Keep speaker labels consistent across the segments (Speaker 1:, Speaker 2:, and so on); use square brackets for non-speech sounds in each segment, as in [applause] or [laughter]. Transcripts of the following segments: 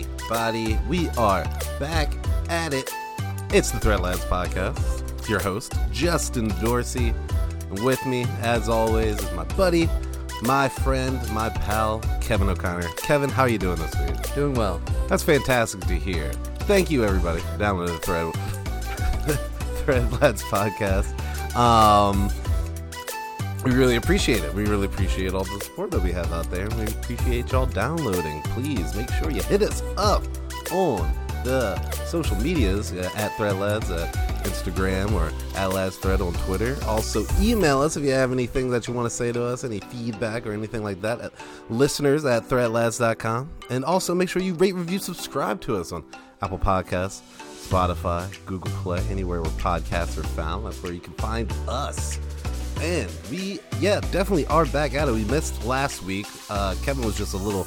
Speaker 1: everybody. We are back at it. It's the Threat Labs podcast. Your host, Justin Dorsey. And with me, as always, is my buddy, my friend, my pal, Kevin O'Connor. Kevin, how are you doing this week?
Speaker 2: Doing well.
Speaker 1: That's fantastic to hear. Thank you, everybody, for downloading the Thread, [laughs] Thread Lads podcast. Um, we really appreciate it. We really appreciate all the support that we have out there. We appreciate y'all downloading. Please make sure you hit us up on the social medias uh, at ThreadLads at Instagram or at LadsThread on Twitter. Also, email us if you have anything that you want to say to us, any feedback or anything like that at listeners at ThreadLads.com. And also make sure you rate, review, subscribe to us on Apple Podcasts, Spotify, Google Play, anywhere where podcasts are found. That's where you can find us. And we, yeah, definitely are back at it. We missed last week. Uh, Kevin was just a little,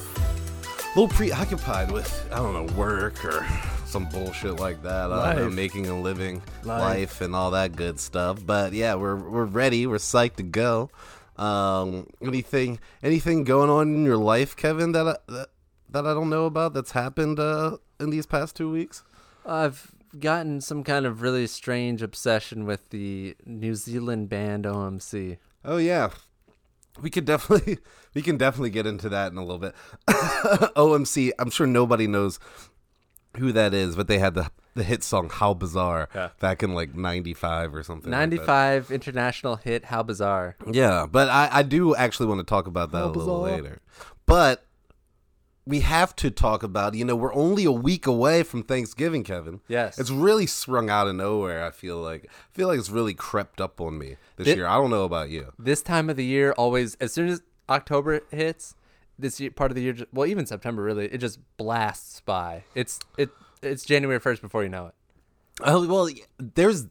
Speaker 1: little preoccupied with I don't know work or some bullshit like that. I don't know,
Speaker 2: Life.
Speaker 1: making a living, life.
Speaker 2: Life.
Speaker 1: and all that good stuff. But yeah, we're we're ready. We're psyched to go. Um, anything, anything going on in your life, Kevin? That I, that, that I don't know about that's happened uh, in these past two weeks.
Speaker 2: I've gotten some kind of really strange obsession with the New Zealand band OMC.
Speaker 1: Oh yeah. We could definitely [laughs] we can definitely get into that in a little bit. [laughs] OMC, I'm sure nobody knows who that is, but they had the the hit song How Bizarre
Speaker 2: Yeah.
Speaker 1: back in like 95 or something. like that.
Speaker 2: 95 international hit How Bizarre.
Speaker 1: Yeah, but I I do actually want to talk about that a little
Speaker 2: Bizarre.
Speaker 1: later. But we have to talk about, you know, we're only a week away from Thanksgiving, Kevin.
Speaker 2: Yes.
Speaker 1: It's really sprung out of nowhere, I feel like. I feel like it's really crept up on me this
Speaker 2: Did-
Speaker 1: year. I don't know about you.
Speaker 2: This time of the year always as soon as October hits, this year, part of the year ju- well even September really, it just blasts by. It's it it's January 1st before you know it.
Speaker 1: Oh well, y- there's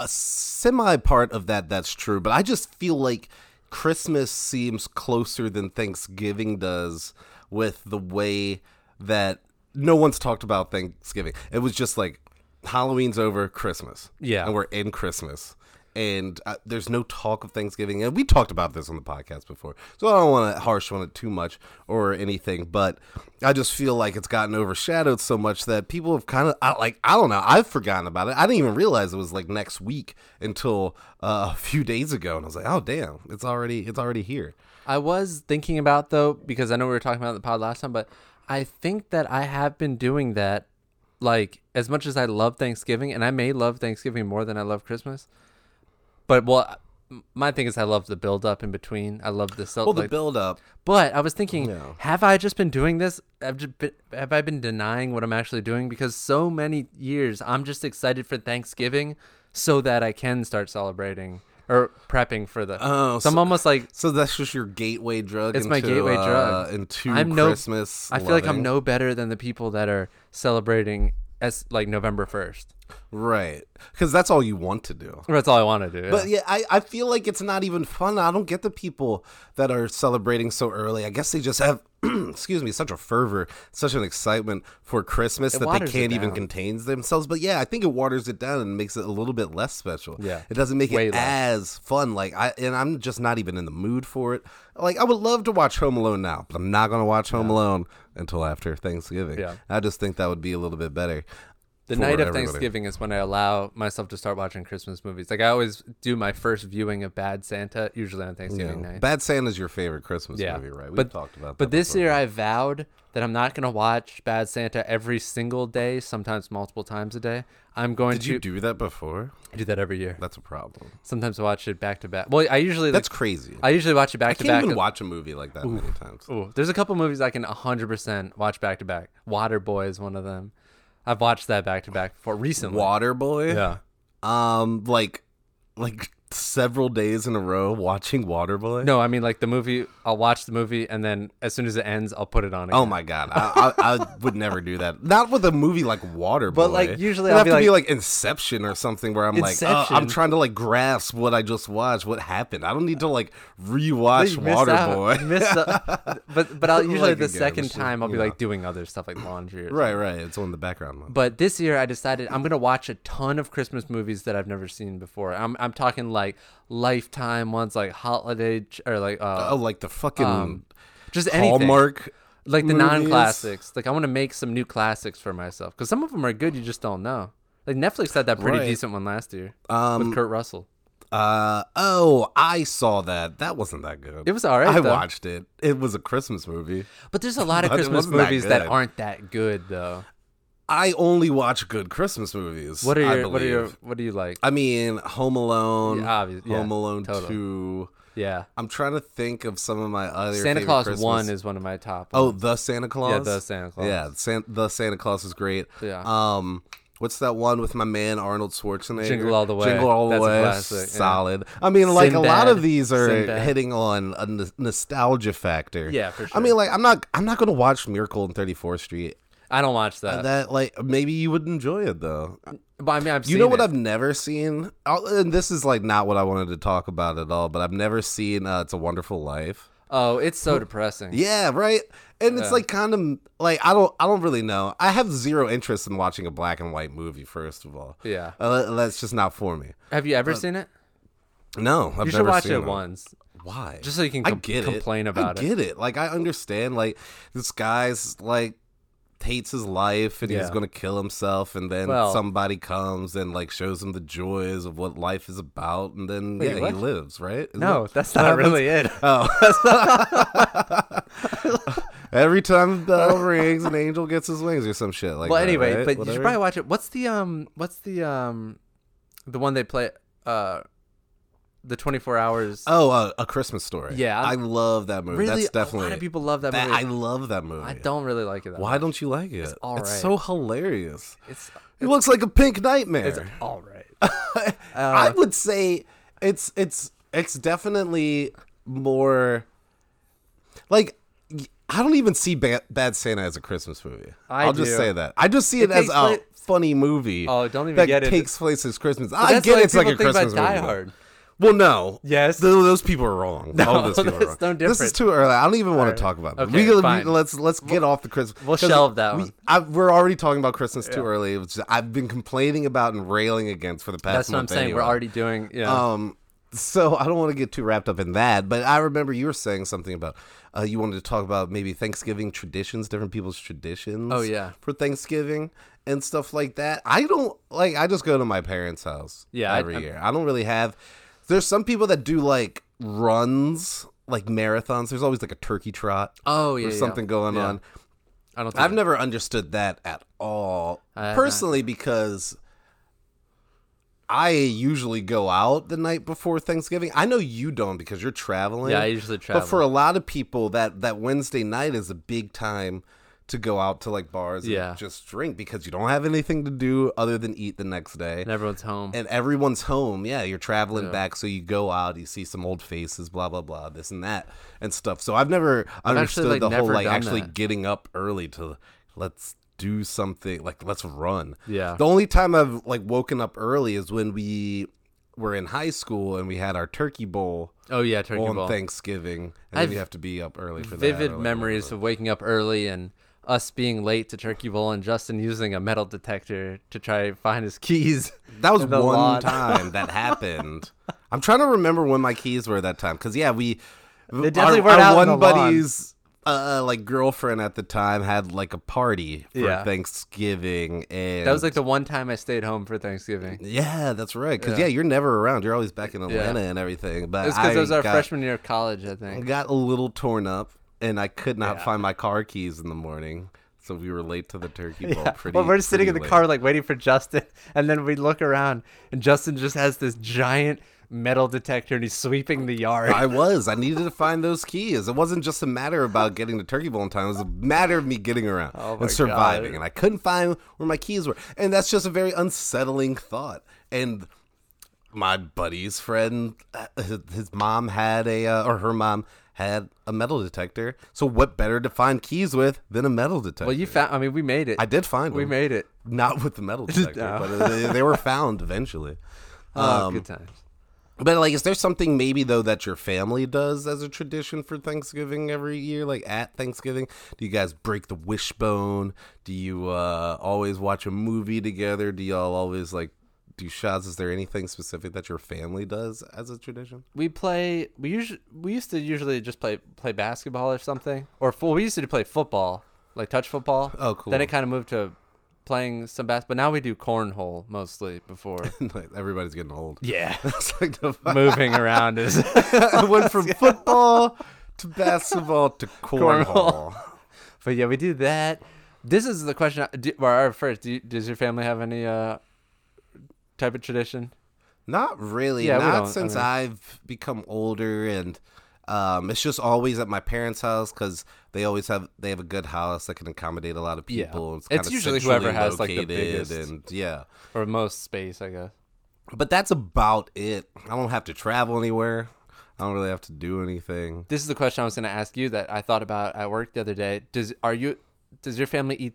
Speaker 1: a semi part of that that's true, but I just feel like Christmas seems closer than Thanksgiving does with the way that no one's talked about Thanksgiving. It was just like Halloween's over, Christmas,
Speaker 2: Yeah.
Speaker 1: and we're in Christmas. And uh, there's no talk of Thanksgiving, and we talked about this on the podcast before, so I don't want to harsh on it too much or anything. But I just feel like it's gotten overshadowed so much that people have kind of I, like I don't know. I've forgotten about it. I didn't even realize it was like next week until uh, [laughs] a few days ago, and I was like, oh damn, it's already it's already here.
Speaker 2: I was thinking about though because I know we were talking about the pod last time, but I think that I have been doing that. Like as much as I love Thanksgiving, and I may love Thanksgiving more than I love Christmas, but well, m- my thing is I love the build up in between. I love the cel-
Speaker 1: Well, the
Speaker 2: like-
Speaker 1: build up.
Speaker 2: but I was thinking,
Speaker 1: Yeah.
Speaker 2: have I just been doing this? I've just been, have I been denying what I'm actually doing? Because so many years I'm just excited for Thanksgiving so that I can start celebrating or prepping for the.
Speaker 1: Oh,
Speaker 2: so I'm
Speaker 1: so-
Speaker 2: almost like
Speaker 1: So that's just your gateway drug.
Speaker 2: It's
Speaker 1: into,
Speaker 2: my gateway
Speaker 1: uh,
Speaker 2: drug.
Speaker 1: into
Speaker 2: I'm no-
Speaker 1: Christmas.
Speaker 2: I feel like I'm
Speaker 1: loving.
Speaker 2: no better than the people that are celebrating as like November first.
Speaker 1: right because that's all you want to do.
Speaker 2: That's all I want to do.
Speaker 1: But yeah, I, I feel like it's not even fun. I don't get the people that are celebrating so early. I guess they just have, [clears throat] excuse me, such a fervor, such an excitement for Christmas that they
Speaker 2: waters it
Speaker 1: can't even
Speaker 2: down.
Speaker 1: contain themselves. But yeah, I think it waters it down and makes it a little bit less special.
Speaker 2: Yeah.
Speaker 1: It doesn't make
Speaker 2: Way
Speaker 1: it
Speaker 2: less.
Speaker 1: as fun. Like I and I'm just not even in the mood for it. Like I would love to watch Home Alone now, but I'm not gonna watch Home Alone until after Thanksgiving.
Speaker 2: Yeah.
Speaker 1: I just think that would be a little bit better.
Speaker 2: the
Speaker 1: for
Speaker 2: night of
Speaker 1: everybody.
Speaker 2: Thanksgiving is when I allow myself to start watching Christmas movies. Like I always do my first viewing of Bad Santa usually on Thanksgiving night.
Speaker 1: Bad Santa's your favorite Christmas
Speaker 2: Yeah.
Speaker 1: movie, right? We've
Speaker 2: But-
Speaker 1: talked about that.
Speaker 2: But this
Speaker 1: before.
Speaker 2: year I vowed that I'm not gonna watch Bad Santa every single day, sometimes multiple times a day. I'm going
Speaker 1: Did
Speaker 2: to
Speaker 1: you do that before?
Speaker 2: I do that every year.
Speaker 1: That's a problem.
Speaker 2: Sometimes I watch it back to back. Well, I usually like,
Speaker 1: That's crazy. I,
Speaker 2: I usually watch it back to
Speaker 1: can't
Speaker 2: back.
Speaker 1: even watch a movie like that many times.
Speaker 2: Ooh, there's a couple movies I can 100% watch back to back. Waterboy is one of them. I've watched that back to back before recently.
Speaker 1: Waterboy.
Speaker 2: Yeah.
Speaker 1: Um, like, like several days in a row watching Waterboy.
Speaker 2: No, I mean like the movie. I'll watch the movie and then as soon as it ends, I'll put it on. Again.
Speaker 1: Oh my god, I, I, I would never do that. Not with a movie like Waterboy.
Speaker 2: But, like, usually
Speaker 1: It'd
Speaker 2: I'll
Speaker 1: have
Speaker 2: be
Speaker 1: to be like Inception or something where I'm like, oh, I'm
Speaker 2: Inception.
Speaker 1: trying to like grasp what I just watched, what happened. I don't need to like rewatch
Speaker 2: You missed out.
Speaker 1: Waterboy.
Speaker 2: You [laughs] missed out.
Speaker 1: [laughs]
Speaker 2: but but I'll usually
Speaker 1: Like
Speaker 2: the
Speaker 1: a game,
Speaker 2: second
Speaker 1: shit,
Speaker 2: time I'll be
Speaker 1: yeah.
Speaker 2: like doing other stuff like laundry.
Speaker 1: [laughs]
Speaker 2: Or
Speaker 1: right, right. It's on the background. one.
Speaker 2: But this year, I decided I'm gonna watch a ton of Christmas movies that I've never seen before. I'm I'm talking like Lifetime ones, like Holiday ch- or like uh,
Speaker 1: Oh, like the fucking
Speaker 2: just Um, anything.
Speaker 1: Hallmark
Speaker 2: like the
Speaker 1: movies.
Speaker 2: non-classics. Like I want to make some new classics for myself because some of them are good. You just don't know. Like Netflix had that pretty
Speaker 1: Right.
Speaker 2: decent one last year
Speaker 1: Um,
Speaker 2: with Kurt Russell.
Speaker 1: Uh oh, I saw that. That wasn't that good.
Speaker 2: It was all right.
Speaker 1: I
Speaker 2: though.
Speaker 1: watched it. It was a Christmas movie. [laughs]
Speaker 2: but there's a lot of
Speaker 1: but it
Speaker 2: Christmas
Speaker 1: wasn't that
Speaker 2: movies that,
Speaker 1: good.
Speaker 2: aren't that good though.
Speaker 1: I only watch good Christmas movies.
Speaker 2: What are
Speaker 1: I
Speaker 2: your What are your
Speaker 1: believe.
Speaker 2: What do you like?
Speaker 1: I mean, Home Alone,
Speaker 2: Yeah, obvious- yeah,
Speaker 1: Home Alone
Speaker 2: totally.
Speaker 1: Two.
Speaker 2: yeah,
Speaker 1: I'm trying to think of some of my other
Speaker 2: Santa
Speaker 1: favorite
Speaker 2: Claus
Speaker 1: Christmas-
Speaker 2: One is one of my top.
Speaker 1: Oh,
Speaker 2: ones.
Speaker 1: the Santa Claus.
Speaker 2: yeah, the Santa Claus.
Speaker 1: Yeah, San- the Santa Claus is great.
Speaker 2: Yeah.
Speaker 1: Um, what's that one with my man Arnold Schwarzenegger?
Speaker 2: Jingle All the Way.
Speaker 1: Jingle all the
Speaker 2: That's a
Speaker 1: way.
Speaker 2: classic, yeah.
Speaker 1: Solid. I mean, like a lot of
Speaker 2: Sinbad.
Speaker 1: these are
Speaker 2: Sinbad.
Speaker 1: hitting on a n- nostalgia factor.
Speaker 2: Yeah, for
Speaker 1: I mean,
Speaker 2: sure.
Speaker 1: like I'm not I'm not gonna watch Miracle in 34th Street.
Speaker 2: I don't watch that.
Speaker 1: That like maybe you would enjoy it though.
Speaker 2: but I mean, Uh, I've
Speaker 1: You
Speaker 2: seen
Speaker 1: know what
Speaker 2: it.
Speaker 1: I've never seen, Oh, and this is like not what I wanted to talk about at all. But I've never seen uh, "It's a Wonderful Life."
Speaker 2: Oh, it's so depressing.
Speaker 1: Yeah, right. And it's
Speaker 2: Yeah.
Speaker 1: like kind of like I don't I don't really know. I have zero interest in watching a black and white movie. First of all,
Speaker 2: Yeah.
Speaker 1: uh, that's just not for me.
Speaker 2: Have you ever seen it?
Speaker 1: No, I've
Speaker 2: You should
Speaker 1: never
Speaker 2: watch
Speaker 1: seen
Speaker 2: it
Speaker 1: them.
Speaker 2: once,
Speaker 1: Why?
Speaker 2: just so you can
Speaker 1: I
Speaker 2: com-
Speaker 1: get it.
Speaker 2: complain about
Speaker 1: I
Speaker 2: it.
Speaker 1: get it. Like I understand. Like this guy's like hates his life and he's
Speaker 2: Yeah.
Speaker 1: gonna kill himself and then
Speaker 2: Well-
Speaker 1: somebody comes and like shows him the joys of what life is about and then
Speaker 2: Wait,
Speaker 1: yeah
Speaker 2: what?
Speaker 1: he lives right Isn't
Speaker 2: No,
Speaker 1: that-
Speaker 2: that's
Speaker 1: that
Speaker 2: not
Speaker 1: happens?
Speaker 2: really
Speaker 1: [laughs]
Speaker 2: it.
Speaker 1: Oh. [laughs] Every time the bell rings, an angel gets his wings or some shit like
Speaker 2: well,
Speaker 1: that.
Speaker 2: anyway,
Speaker 1: right?
Speaker 2: but you
Speaker 1: Whatever.
Speaker 2: should probably watch it. What's the um? What's the um? The one they play uh, the twenty four hours.
Speaker 1: Oh, uh, a Christmas story.
Speaker 2: Yeah,
Speaker 1: I
Speaker 2: I'm-
Speaker 1: love that movie.
Speaker 2: really?
Speaker 1: That's definitely
Speaker 2: a lot of people love that,
Speaker 1: that- I
Speaker 2: movie.
Speaker 1: love that movie.
Speaker 2: I, don't really like it. That
Speaker 1: Why don't you like it? It's
Speaker 2: all right.
Speaker 1: so hilarious.
Speaker 2: much. It's
Speaker 1: It looks like a pink nightmare.
Speaker 2: it's all right.
Speaker 1: I would say it's it's it's definitely more like y- I don't even see ba- Bad Santa as a Christmas movie.
Speaker 2: I
Speaker 1: will just
Speaker 2: do.
Speaker 1: say that. I just see it,
Speaker 2: It
Speaker 1: as
Speaker 2: takes
Speaker 1: a
Speaker 2: pla-
Speaker 1: funny movie.
Speaker 2: Oh, don't even
Speaker 1: that
Speaker 2: get it.
Speaker 1: takes place as Christmas.
Speaker 2: But
Speaker 1: I
Speaker 2: that's
Speaker 1: get
Speaker 2: like
Speaker 1: it's like a
Speaker 2: people think
Speaker 1: Christmas
Speaker 2: about Die
Speaker 1: movie.
Speaker 2: Hard.
Speaker 1: Well, no.
Speaker 2: Yes.
Speaker 1: Th- those people are wrong. All
Speaker 2: [laughs]
Speaker 1: those people are
Speaker 2: that's
Speaker 1: wrong.
Speaker 2: no
Speaker 1: This is
Speaker 2: different.
Speaker 1: too early. I don't even want
Speaker 2: right.
Speaker 1: to talk about.
Speaker 2: Okay,
Speaker 1: it. We,
Speaker 2: fine.
Speaker 1: we, let's let's get off the Christmas.
Speaker 2: we'll
Speaker 1: 'cause
Speaker 2: shelve that
Speaker 1: we,
Speaker 2: one.
Speaker 1: I, we're already talking about Christmas too early. It's just- I've been complaining about and railing against for the past.
Speaker 2: That's what I'm
Speaker 1: month
Speaker 2: saying. We're
Speaker 1: anyway.
Speaker 2: already doing. Yeah.
Speaker 1: Um, so I don't want to get too wrapped up in that, but I remember you were saying something about uh, you wanted to talk about maybe Thanksgiving traditions, different people's traditions.
Speaker 2: Oh, yeah.
Speaker 1: for Thanksgiving and stuff like that. I don't like. I just go to my parents' house.
Speaker 2: Yeah, I-
Speaker 1: every
Speaker 2: I-
Speaker 1: year. I don't really have. There's some people that do like runs, like marathons. There's always like a turkey trot
Speaker 2: oh yeah.
Speaker 1: or
Speaker 2: yeah.
Speaker 1: something going
Speaker 2: Yeah.
Speaker 1: on.
Speaker 2: I don't. Think
Speaker 1: I've never understood that at all,
Speaker 2: I have not.
Speaker 1: personally, because I usually go out the night before Thanksgiving. I know you don't because you're traveling.
Speaker 2: Yeah, I usually travel.
Speaker 1: But for a lot of people, that that Wednesday night is a big time to go out to like bars and
Speaker 2: Yeah.
Speaker 1: just drink because you don't have anything to do other than eat the next day.
Speaker 2: and everyone's home.
Speaker 1: And everyone's home. Yeah, you're traveling back, so you go out, you see some old faces, blah blah blah, this and that and stuff. So I've never understood
Speaker 2: actually, like,
Speaker 1: the whole
Speaker 2: never
Speaker 1: like
Speaker 2: done
Speaker 1: actually
Speaker 2: that.
Speaker 1: getting up early to let's do something like let's run.
Speaker 2: Yeah.
Speaker 1: The only time I've like woken up early is when we were in high school and we had our turkey bowl
Speaker 2: oh yeah, turkey
Speaker 1: on
Speaker 2: ball.
Speaker 1: Thanksgiving, and
Speaker 2: I've
Speaker 1: then you have to be up early for that.
Speaker 2: vivid
Speaker 1: or, like,
Speaker 2: memories of waking up early and us being late to Turkey Bowl and Justin using a metal detector to try and find his keys. [laughs]
Speaker 1: That was
Speaker 2: in the
Speaker 1: one
Speaker 2: lawn.
Speaker 1: time that
Speaker 2: [laughs]
Speaker 1: happened. I'm trying to remember when my keys were that time because yeah, we they
Speaker 2: definitely weren't out
Speaker 1: one
Speaker 2: in the lawn.
Speaker 1: buddy's uh, like girlfriend at the time had like a party for
Speaker 2: Yeah.
Speaker 1: Thanksgiving and
Speaker 2: That was like the one time I stayed home for Thanksgiving.
Speaker 1: yeah, that's right because yeah. you're never around. You're always back in Atlanta and everything. But
Speaker 2: It was because
Speaker 1: I
Speaker 2: it was our
Speaker 1: got,
Speaker 2: freshman year of college, I think.
Speaker 1: got a little torn up and I could not find my car keys in the morning. So we were late to the turkey
Speaker 2: [laughs]
Speaker 1: bowl. Pretty,
Speaker 2: Well, we're sitting in
Speaker 1: pretty
Speaker 2: the
Speaker 1: late.
Speaker 2: car, like waiting for Justin, [laughs] and then we look around, and Justin just has this giant metal detector, and he's sweeping the yard.
Speaker 1: I was. I needed to find those keys. It wasn't just a matter about getting the turkey bowl in time. It was a matter of me getting around
Speaker 2: Oh my
Speaker 1: and surviving.
Speaker 2: God.
Speaker 1: And I couldn't find where my keys were. And that's just a very unsettling thought. And my buddy's friend, uh, his his mom had a, uh, or her mom had a metal detector. So what better to find keys with than a metal detector?
Speaker 2: well, you found. I mean, we made it.
Speaker 1: I did find
Speaker 2: We
Speaker 1: them.
Speaker 2: made it.
Speaker 1: Not with the
Speaker 2: [laughs]
Speaker 1: metal detector, but they, they were found eventually.
Speaker 2: Oh, good times.
Speaker 1: But like, is there something maybe though that your family does as a tradition for Thanksgiving every year? Like at Thanksgiving, do you guys break the wishbone? Do you uh, always watch a movie together? Do y'all always like do shots? Is there anything specific that your family does as a tradition? [laughs]
Speaker 2: we play we usually we used to usually just play play basketball or something or full we used to play football like touch football
Speaker 1: Oh, cool.
Speaker 2: then it kind of moved to playing some bass but now we do cornhole mostly before
Speaker 1: Like, Everybody's getting old.
Speaker 2: [laughs] yeah
Speaker 1: [laughs] It's like the
Speaker 2: moving
Speaker 1: [laughs]
Speaker 2: around is [laughs]
Speaker 1: I went from football to basketball to cornhole.
Speaker 2: but yeah we do that this is the question I- do, or our first do you, does your family have any uh type of tradition
Speaker 1: Not really.
Speaker 2: Yeah, we don't, I
Speaker 1: not since
Speaker 2: mean-
Speaker 1: I've become older, and um, it's just always at my parents' house because they always have they have a good house that can accommodate a lot of
Speaker 2: Yeah.
Speaker 1: people.
Speaker 2: It's
Speaker 1: kinda
Speaker 2: usually whoever
Speaker 1: centrally
Speaker 2: has, like, the
Speaker 1: located
Speaker 2: biggest-
Speaker 1: and yeah.
Speaker 2: or most space i guess
Speaker 1: But that's about it. I don't have to travel anywhere. I don't really have to do anything.
Speaker 2: this is the question I was going to ask you that I thought about at work the other day. Does are you does your family eat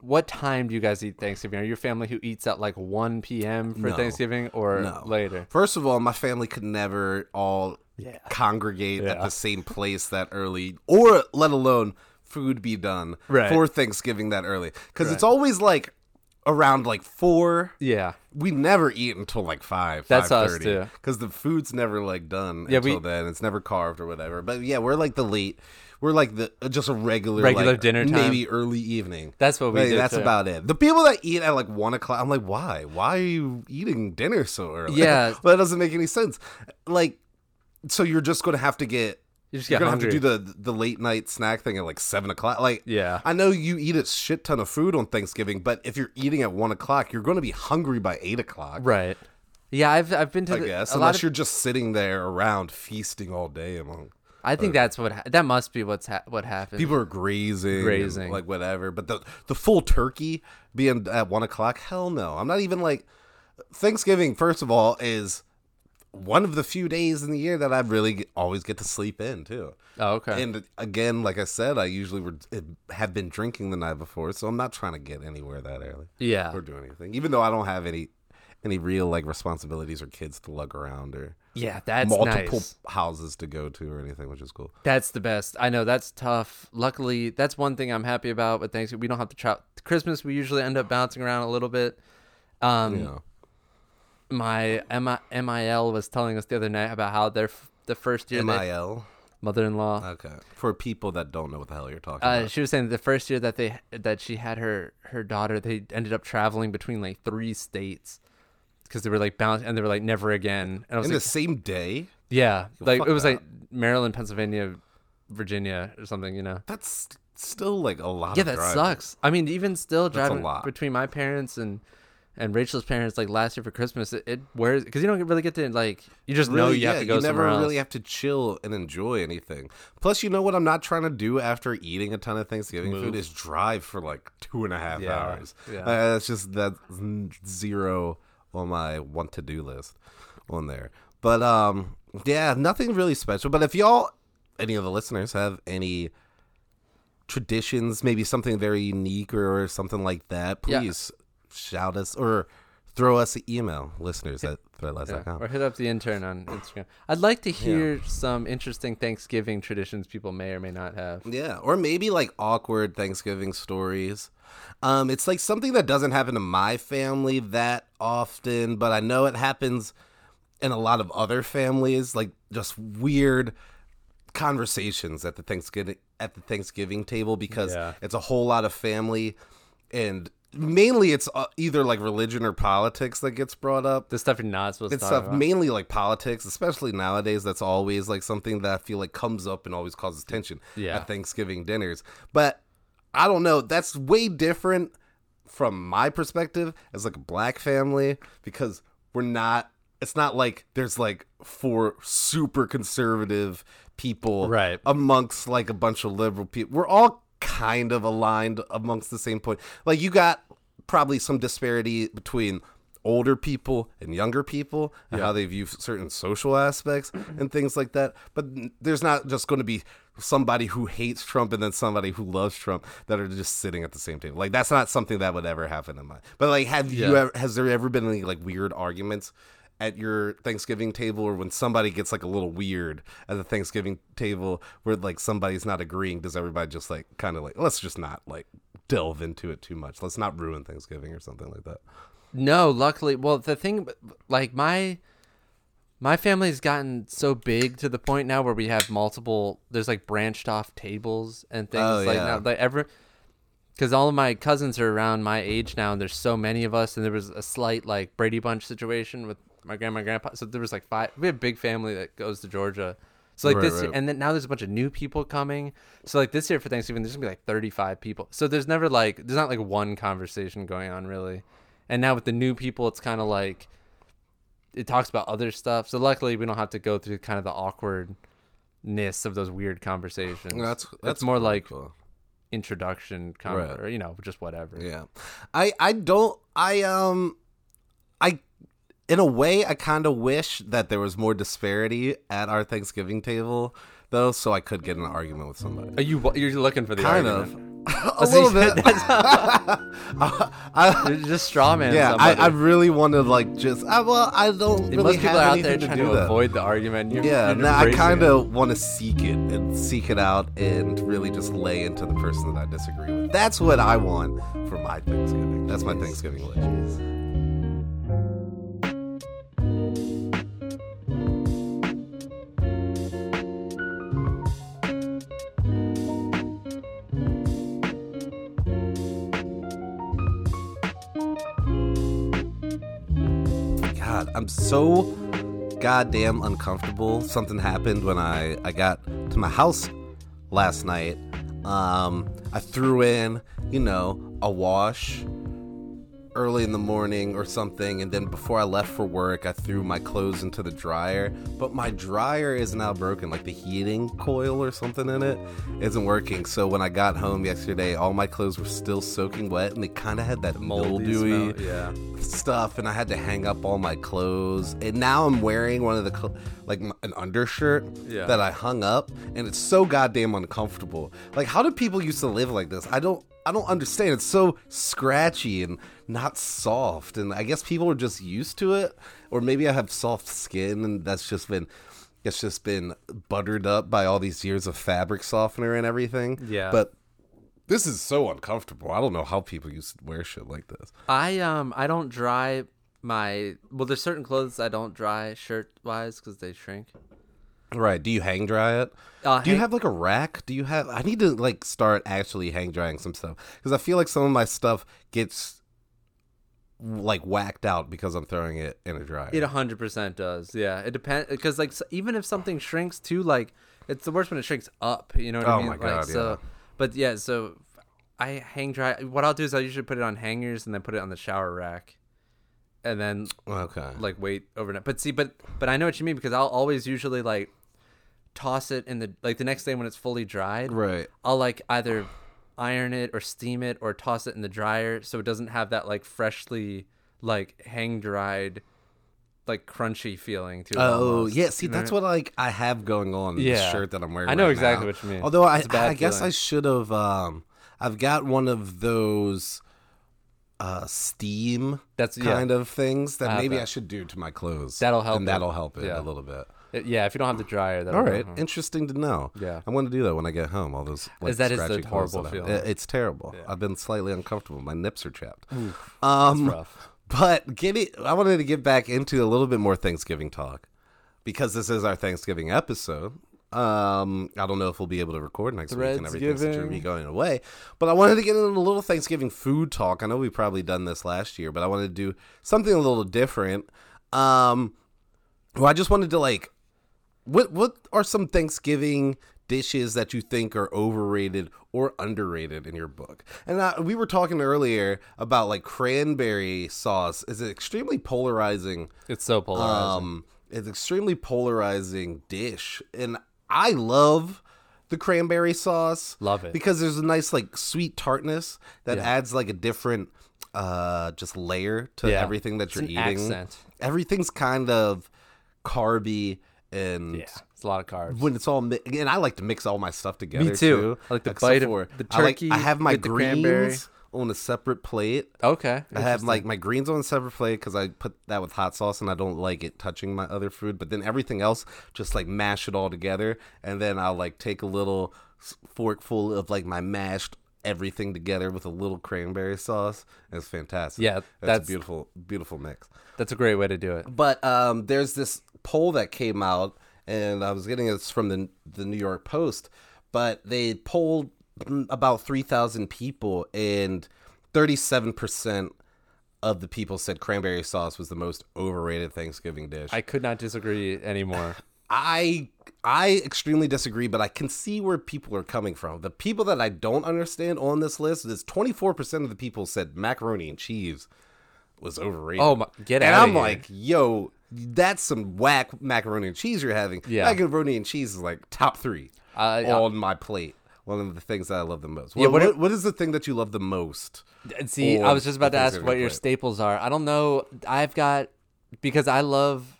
Speaker 2: what time do you guys eat Thanksgiving? Are you a family who eats at like 1 p.m. for
Speaker 1: No.
Speaker 2: Thanksgiving or
Speaker 1: No.
Speaker 2: later?
Speaker 1: First of all, my family could never all
Speaker 2: Yeah.
Speaker 1: congregate at
Speaker 2: Yeah.
Speaker 1: the same place that early, or let alone food be done
Speaker 2: Right.
Speaker 1: for Thanksgiving that early. Because it's always like around like four.
Speaker 2: Yeah.
Speaker 1: We never eat until like five.
Speaker 2: That's us,
Speaker 1: 5:30,
Speaker 2: too.
Speaker 1: Because the food's never like done
Speaker 2: Yeah,
Speaker 1: until
Speaker 2: we-
Speaker 1: then. It's never carved or whatever. But yeah, we're like the late. We're like the just a regular
Speaker 2: Regular
Speaker 1: like,
Speaker 2: dinner time.
Speaker 1: maybe early evening.
Speaker 2: That's what we
Speaker 1: Like,
Speaker 2: do,
Speaker 1: That's
Speaker 2: too.
Speaker 1: about it. The people that eat at like one o'clock, I'm like, why? Why are you eating dinner so early?
Speaker 2: Yeah.
Speaker 1: [laughs] well, that doesn't make any sense. Like, so you're just gonna have to get.
Speaker 2: You just
Speaker 1: you're
Speaker 2: get
Speaker 1: gonna
Speaker 2: hungry.
Speaker 1: have to do the the late night snack thing at like seven o'clock. Like,
Speaker 2: Yeah.
Speaker 1: I know you eat a shit ton of food on Thanksgiving, but if you're eating at one o'clock, you're gonna be hungry by eight o'clock.
Speaker 2: Right. Yeah, I've I've been to
Speaker 1: I
Speaker 2: the,
Speaker 1: guess
Speaker 2: a lot
Speaker 1: unless
Speaker 2: of
Speaker 1: you're just sitting there around feasting all day among
Speaker 2: I think that's what ha- that must be what's ha- what happened.
Speaker 1: people are grazing, and,
Speaker 2: Grazing.
Speaker 1: like whatever. But the the full turkey being at one o'clock, hell no. I'm not even like Thanksgiving. First of all, is one of the few days in the year that I really get, always get to sleep in too.
Speaker 2: oh, okay.
Speaker 1: And again, like I said, I usually were, have been drinking the night before, so I'm not trying to get anywhere that early
Speaker 2: yeah.
Speaker 1: or do anything. Even though I don't have any any real like responsibilities or kids to lug around or
Speaker 2: Yeah, that's
Speaker 1: multiple
Speaker 2: nice.
Speaker 1: houses to go to or anything, which is cool.
Speaker 2: That's the best. I know that's tough. Luckily, that's one thing I'm happy about with Thanksgiving. We don't have to travel. Christmas, we usually end up bouncing around a little bit. Um,
Speaker 1: You know.
Speaker 2: my MI- MIL was telling us the other night about how their f- the first year they,
Speaker 1: MIL.
Speaker 2: mother-in-law
Speaker 1: Okay. For people that don't know what the hell you're talking
Speaker 2: uh,
Speaker 1: about.
Speaker 2: she was saying that the first year that they that she had her her daughter they ended up traveling between like three states because they were like bound and they were like never again and I was
Speaker 1: In
Speaker 2: like
Speaker 1: the same day?
Speaker 2: yeah like
Speaker 1: fuck
Speaker 2: it was
Speaker 1: that.
Speaker 2: like Maryland Pennsylvania Virginia or something you know
Speaker 1: That's still like a lot
Speaker 2: yeah
Speaker 1: of
Speaker 2: that
Speaker 1: driving.
Speaker 2: sucks I mean even still
Speaker 1: a
Speaker 2: driving
Speaker 1: lot.
Speaker 2: between my parents and and Rachel's parents like last year for Christmas it, it wears because you don't really get to like you just know
Speaker 1: Really,
Speaker 2: you
Speaker 1: yeah,
Speaker 2: have to go
Speaker 1: you never
Speaker 2: somewhere else.
Speaker 1: really have to chill and enjoy anything. Plus, you know what I'm not trying to do after eating a ton of Thanksgiving food is drive for like two and a half
Speaker 2: Yeah,
Speaker 1: hours.
Speaker 2: yeah.
Speaker 1: Uh, that's just that's n- zero on my want to do list on there. But um, yeah, nothing really special. But if y'all, any of the listeners, have any traditions, maybe something very unique or something like that,
Speaker 2: Yeah.
Speaker 1: please shout us or throw us an email, listeners at
Speaker 2: Yeah,
Speaker 1: threadless.com.
Speaker 2: Or hit up the intern on Instagram. I'd like to hear some interesting Thanksgiving traditions people may or may not have.
Speaker 1: Yeah, or maybe like awkward Thanksgiving stories. Um, it's like something that doesn't happen to my family that often, but I know it happens in a lot of other families. Like just weird conversations at the Thanksgiving at the Thanksgiving table because
Speaker 2: Yeah.
Speaker 1: it's a whole lot of family, and mainly it's uh, either like religion or politics that gets brought up
Speaker 2: The stuff you're not supposed
Speaker 1: it's
Speaker 2: to
Speaker 1: stuff
Speaker 2: talk about.
Speaker 1: mainly like politics, especially nowadays. That's always like something that I feel like comes up and always causes tension
Speaker 2: Yeah.
Speaker 1: at Thanksgiving dinners. But I don't know. That's way different from my perspective as like a black family because we're not. It's not like there's like four super conservative people
Speaker 2: Right.
Speaker 1: amongst like a bunch of liberal people. We're all kind of aligned amongst the same point. Like you got probably some disparity between older people and younger people and how they view certain social aspects and [clears throat] things like that. But n- there's not just going to be somebody who hates Trump and then somebody who loves Trump that are just sitting at the same table. Like that's not something that would ever happen in my. But like have you
Speaker 2: Yeah.
Speaker 1: ever has there ever been any like weird arguments at your Thanksgiving table or when somebody gets like a little weird at the Thanksgiving table where like somebody's not agreeing, does everybody just like kind of like let's just not like delve into it too much. Let's not ruin Thanksgiving or something like that.
Speaker 2: No, luckily, well, the thing, like my my family's gotten so big to the point now where we have multiple. There's like branched off tables and things
Speaker 1: Oh,
Speaker 2: like
Speaker 1: yeah.
Speaker 2: now, like ever. Because all of my cousins are around my age now, and there's so many of us, and there was a slight like Brady Bunch situation with my grandma and grandpa. So there was like five. We have a big family that goes to Georgia. So like
Speaker 1: Right,
Speaker 2: this,
Speaker 1: right.
Speaker 2: and then now there's a bunch of new people coming. So like this year for Thanksgiving, there's gonna be like 35 people. So there's never like there's not like one conversation going on really. And now with the new people, it's kind of like it talks about other stuff. So luckily, we don't have to go through kind of the awkwardness of those weird conversations.
Speaker 1: That's that's
Speaker 2: it's more
Speaker 1: pretty
Speaker 2: like
Speaker 1: cool.
Speaker 2: introduction, con-
Speaker 1: Right.
Speaker 2: or you know, just whatever.
Speaker 1: Yeah. I I don't I um I in a way I kind of wish that there was more disparity at our Thanksgiving table though so I could get in an argument with somebody.
Speaker 2: Are you you're looking for the
Speaker 1: Kind
Speaker 2: argument.
Speaker 1: of. [laughs] a
Speaker 2: [laughs]
Speaker 1: little bit. [laughs] I,
Speaker 2: You're just straw man.
Speaker 1: yeah, I,
Speaker 2: somebody.
Speaker 1: I really want to like just I, well I don't really
Speaker 2: most
Speaker 1: have
Speaker 2: people are out there
Speaker 1: anything
Speaker 2: trying
Speaker 1: to
Speaker 2: to,
Speaker 1: do that.
Speaker 2: avoid the argument. You're,
Speaker 1: Yeah,
Speaker 2: you're
Speaker 1: no, I
Speaker 2: embracing
Speaker 1: kind
Speaker 2: it.
Speaker 1: of want to seek it and seek it out and really just lay into the person that I disagree with. That's what I want for my Thanksgiving. That's my Thanksgiving wish. God, I'm so goddamn uncomfortable. Something happened when I I got to my house last night. Um, I threw in, you know, a wash early in the morning or something, and then before I left for work, I threw my clothes into the dryer. But my dryer is now broken, like the heating coil or something in it isn't working. So when I got home yesterday, all my clothes were still soaking wet, and they kind of had that
Speaker 2: Moldy
Speaker 1: mildewy
Speaker 2: smell, Yeah.
Speaker 1: stuff and I had to hang up all my clothes. And now I'm wearing one of the cl- like m- an undershirt
Speaker 2: Yeah.
Speaker 1: that I hung up and it's so goddamn uncomfortable. Like how do people used to live like this? I don't I don't understand. It's so scratchy and not soft and I guess people are just used to it or maybe I have soft skin and that's just been it's just been buttered up by all these years of fabric softener and everything.
Speaker 2: Yeah.
Speaker 1: But this is so uncomfortable. I don't know how people used to wear shit like this.
Speaker 2: I um I don't dry my well. There's certain clothes I don't dry shirt wise because they shrink.
Speaker 1: Right. Do you hang dry it?
Speaker 2: Uh,
Speaker 1: Do you
Speaker 2: hang-
Speaker 1: have like a rack? Do you have? I need to like start actually hang drying some stuff because I feel like some of my stuff gets like whacked out because I'm throwing it in a dryer.
Speaker 2: It 100% does. Yeah. It depends because like s even if something shrinks too, like it's the worst when it shrinks up. You know what
Speaker 1: Oh
Speaker 2: I mean?
Speaker 1: my
Speaker 2: like,
Speaker 1: God,
Speaker 2: so, But yeah, so I hang dry. What I'll do is I usually put it on hangers and then put it on the shower rack, and then
Speaker 1: okay.
Speaker 2: like wait overnight. But see, but but I know what you mean because I'll always usually like toss it in the like the next day when it's fully dried.
Speaker 1: right.
Speaker 2: I'll like either iron it or steam it or toss it in the dryer so it doesn't have that like freshly like hang dried like crunchy feeling to it.
Speaker 1: Oh
Speaker 2: almost.
Speaker 1: yeah, see
Speaker 2: You know
Speaker 1: that's what like I have going on in this
Speaker 2: Yeah.
Speaker 1: shirt that I'm wearing.
Speaker 2: I know
Speaker 1: right
Speaker 2: exactly
Speaker 1: now.
Speaker 2: what you mean.
Speaker 1: Although I,
Speaker 2: It's a bad
Speaker 1: I guess
Speaker 2: feeling.
Speaker 1: I should have. Um, I've got one of those uh steam
Speaker 2: That's- yeah.
Speaker 1: kind of things that
Speaker 2: have
Speaker 1: maybe
Speaker 2: that.
Speaker 1: I should do to my clothes.
Speaker 2: That'll help
Speaker 1: And
Speaker 2: it.
Speaker 1: that'll help it a
Speaker 2: Yeah.
Speaker 1: little bit.
Speaker 2: I- yeah, if you don't have the dryer, that'll
Speaker 1: All
Speaker 2: go
Speaker 1: right,
Speaker 2: home.
Speaker 1: interesting to know.
Speaker 2: Mm-hmm. Yeah.
Speaker 1: I want to do that when I get home. All those like,
Speaker 2: Is that is the
Speaker 1: scratchy clothes
Speaker 2: horrible
Speaker 1: that I have.
Speaker 2: feeling.
Speaker 1: I- It's terrible. I've been slightly uncomfortable. My nips are chapped. um,
Speaker 2: rough.
Speaker 1: but get it. I wanted to get back into a little bit more Thanksgiving talk because this is our Thanksgiving episode. Um, I don't know if we'll be able to record next week and everything since you're
Speaker 2: Threadsgiving.
Speaker 1: going away. But I wanted to get into a little Thanksgiving food talk. I know we've probably done this last year, but I wanted to do something a little different. Um, well, I just wanted to like, what what are some Thanksgiving dishes that you think are overrated or underrated in your book? And uh, we were talking earlier about like cranberry sauce is an extremely polarizing.
Speaker 2: It's so polarizing.
Speaker 1: Um, it's extremely polarizing dish, and I love the cranberry sauce.
Speaker 2: Love it.
Speaker 1: because there's a nice like sweet tartness that adds like a different uh just layer to
Speaker 2: Yeah.
Speaker 1: everything that
Speaker 2: It's
Speaker 1: you're
Speaker 2: an
Speaker 1: eating
Speaker 2: accent.
Speaker 1: everything's kind of carby and
Speaker 2: yeah, it's a lot of carbs.
Speaker 1: when it's all mi- and I like to mix all my stuff together.
Speaker 2: too. I like the
Speaker 1: Except
Speaker 2: bite of
Speaker 1: for-
Speaker 2: the
Speaker 1: I like-
Speaker 2: turkey
Speaker 1: I, have my
Speaker 2: with the cranberry.
Speaker 1: greens on a separate plate.
Speaker 2: Okay.
Speaker 1: I have like my greens on a separate plate because I put that with hot sauce and I don't like it touching my other food. But then everything else, just like mash it all together, and then I'll like take a little s- forkful of like my mashed everything together with a little cranberry sauce. It's fantastic.
Speaker 2: Yeah,
Speaker 1: that's,
Speaker 2: that's-
Speaker 1: a beautiful, beautiful mix.
Speaker 2: That's a great way to do it.
Speaker 1: But um, there's this poll that came out, and I was getting this from the the New York Post, but they polled mm, about three thousand people, and thirty seven percent of the people said cranberry sauce was the most overrated Thanksgiving dish.
Speaker 2: I could not disagree
Speaker 1: [laughs]
Speaker 2: anymore.
Speaker 1: I I extremely disagree, but I can see where people are coming from. The people that I don't understand on this list is 24% of the people said macaroni and cheese was overrated.
Speaker 2: Oh my- get
Speaker 1: And
Speaker 2: outta
Speaker 1: I'm
Speaker 2: here.
Speaker 1: like, yo, that's some whack macaroni and cheese you're having.
Speaker 2: Yeah.
Speaker 1: Macaroni and cheese is like top three
Speaker 2: I- I-
Speaker 1: on my plate. One of the things that I love the most. What,
Speaker 2: what are-
Speaker 1: what- what is the thing that you love the most?
Speaker 2: And See,
Speaker 1: Or
Speaker 2: I was just about
Speaker 1: the
Speaker 2: to ask what
Speaker 1: Thanksgiving
Speaker 2: your
Speaker 1: plate.
Speaker 2: staples are. I don't know. I've got because I love.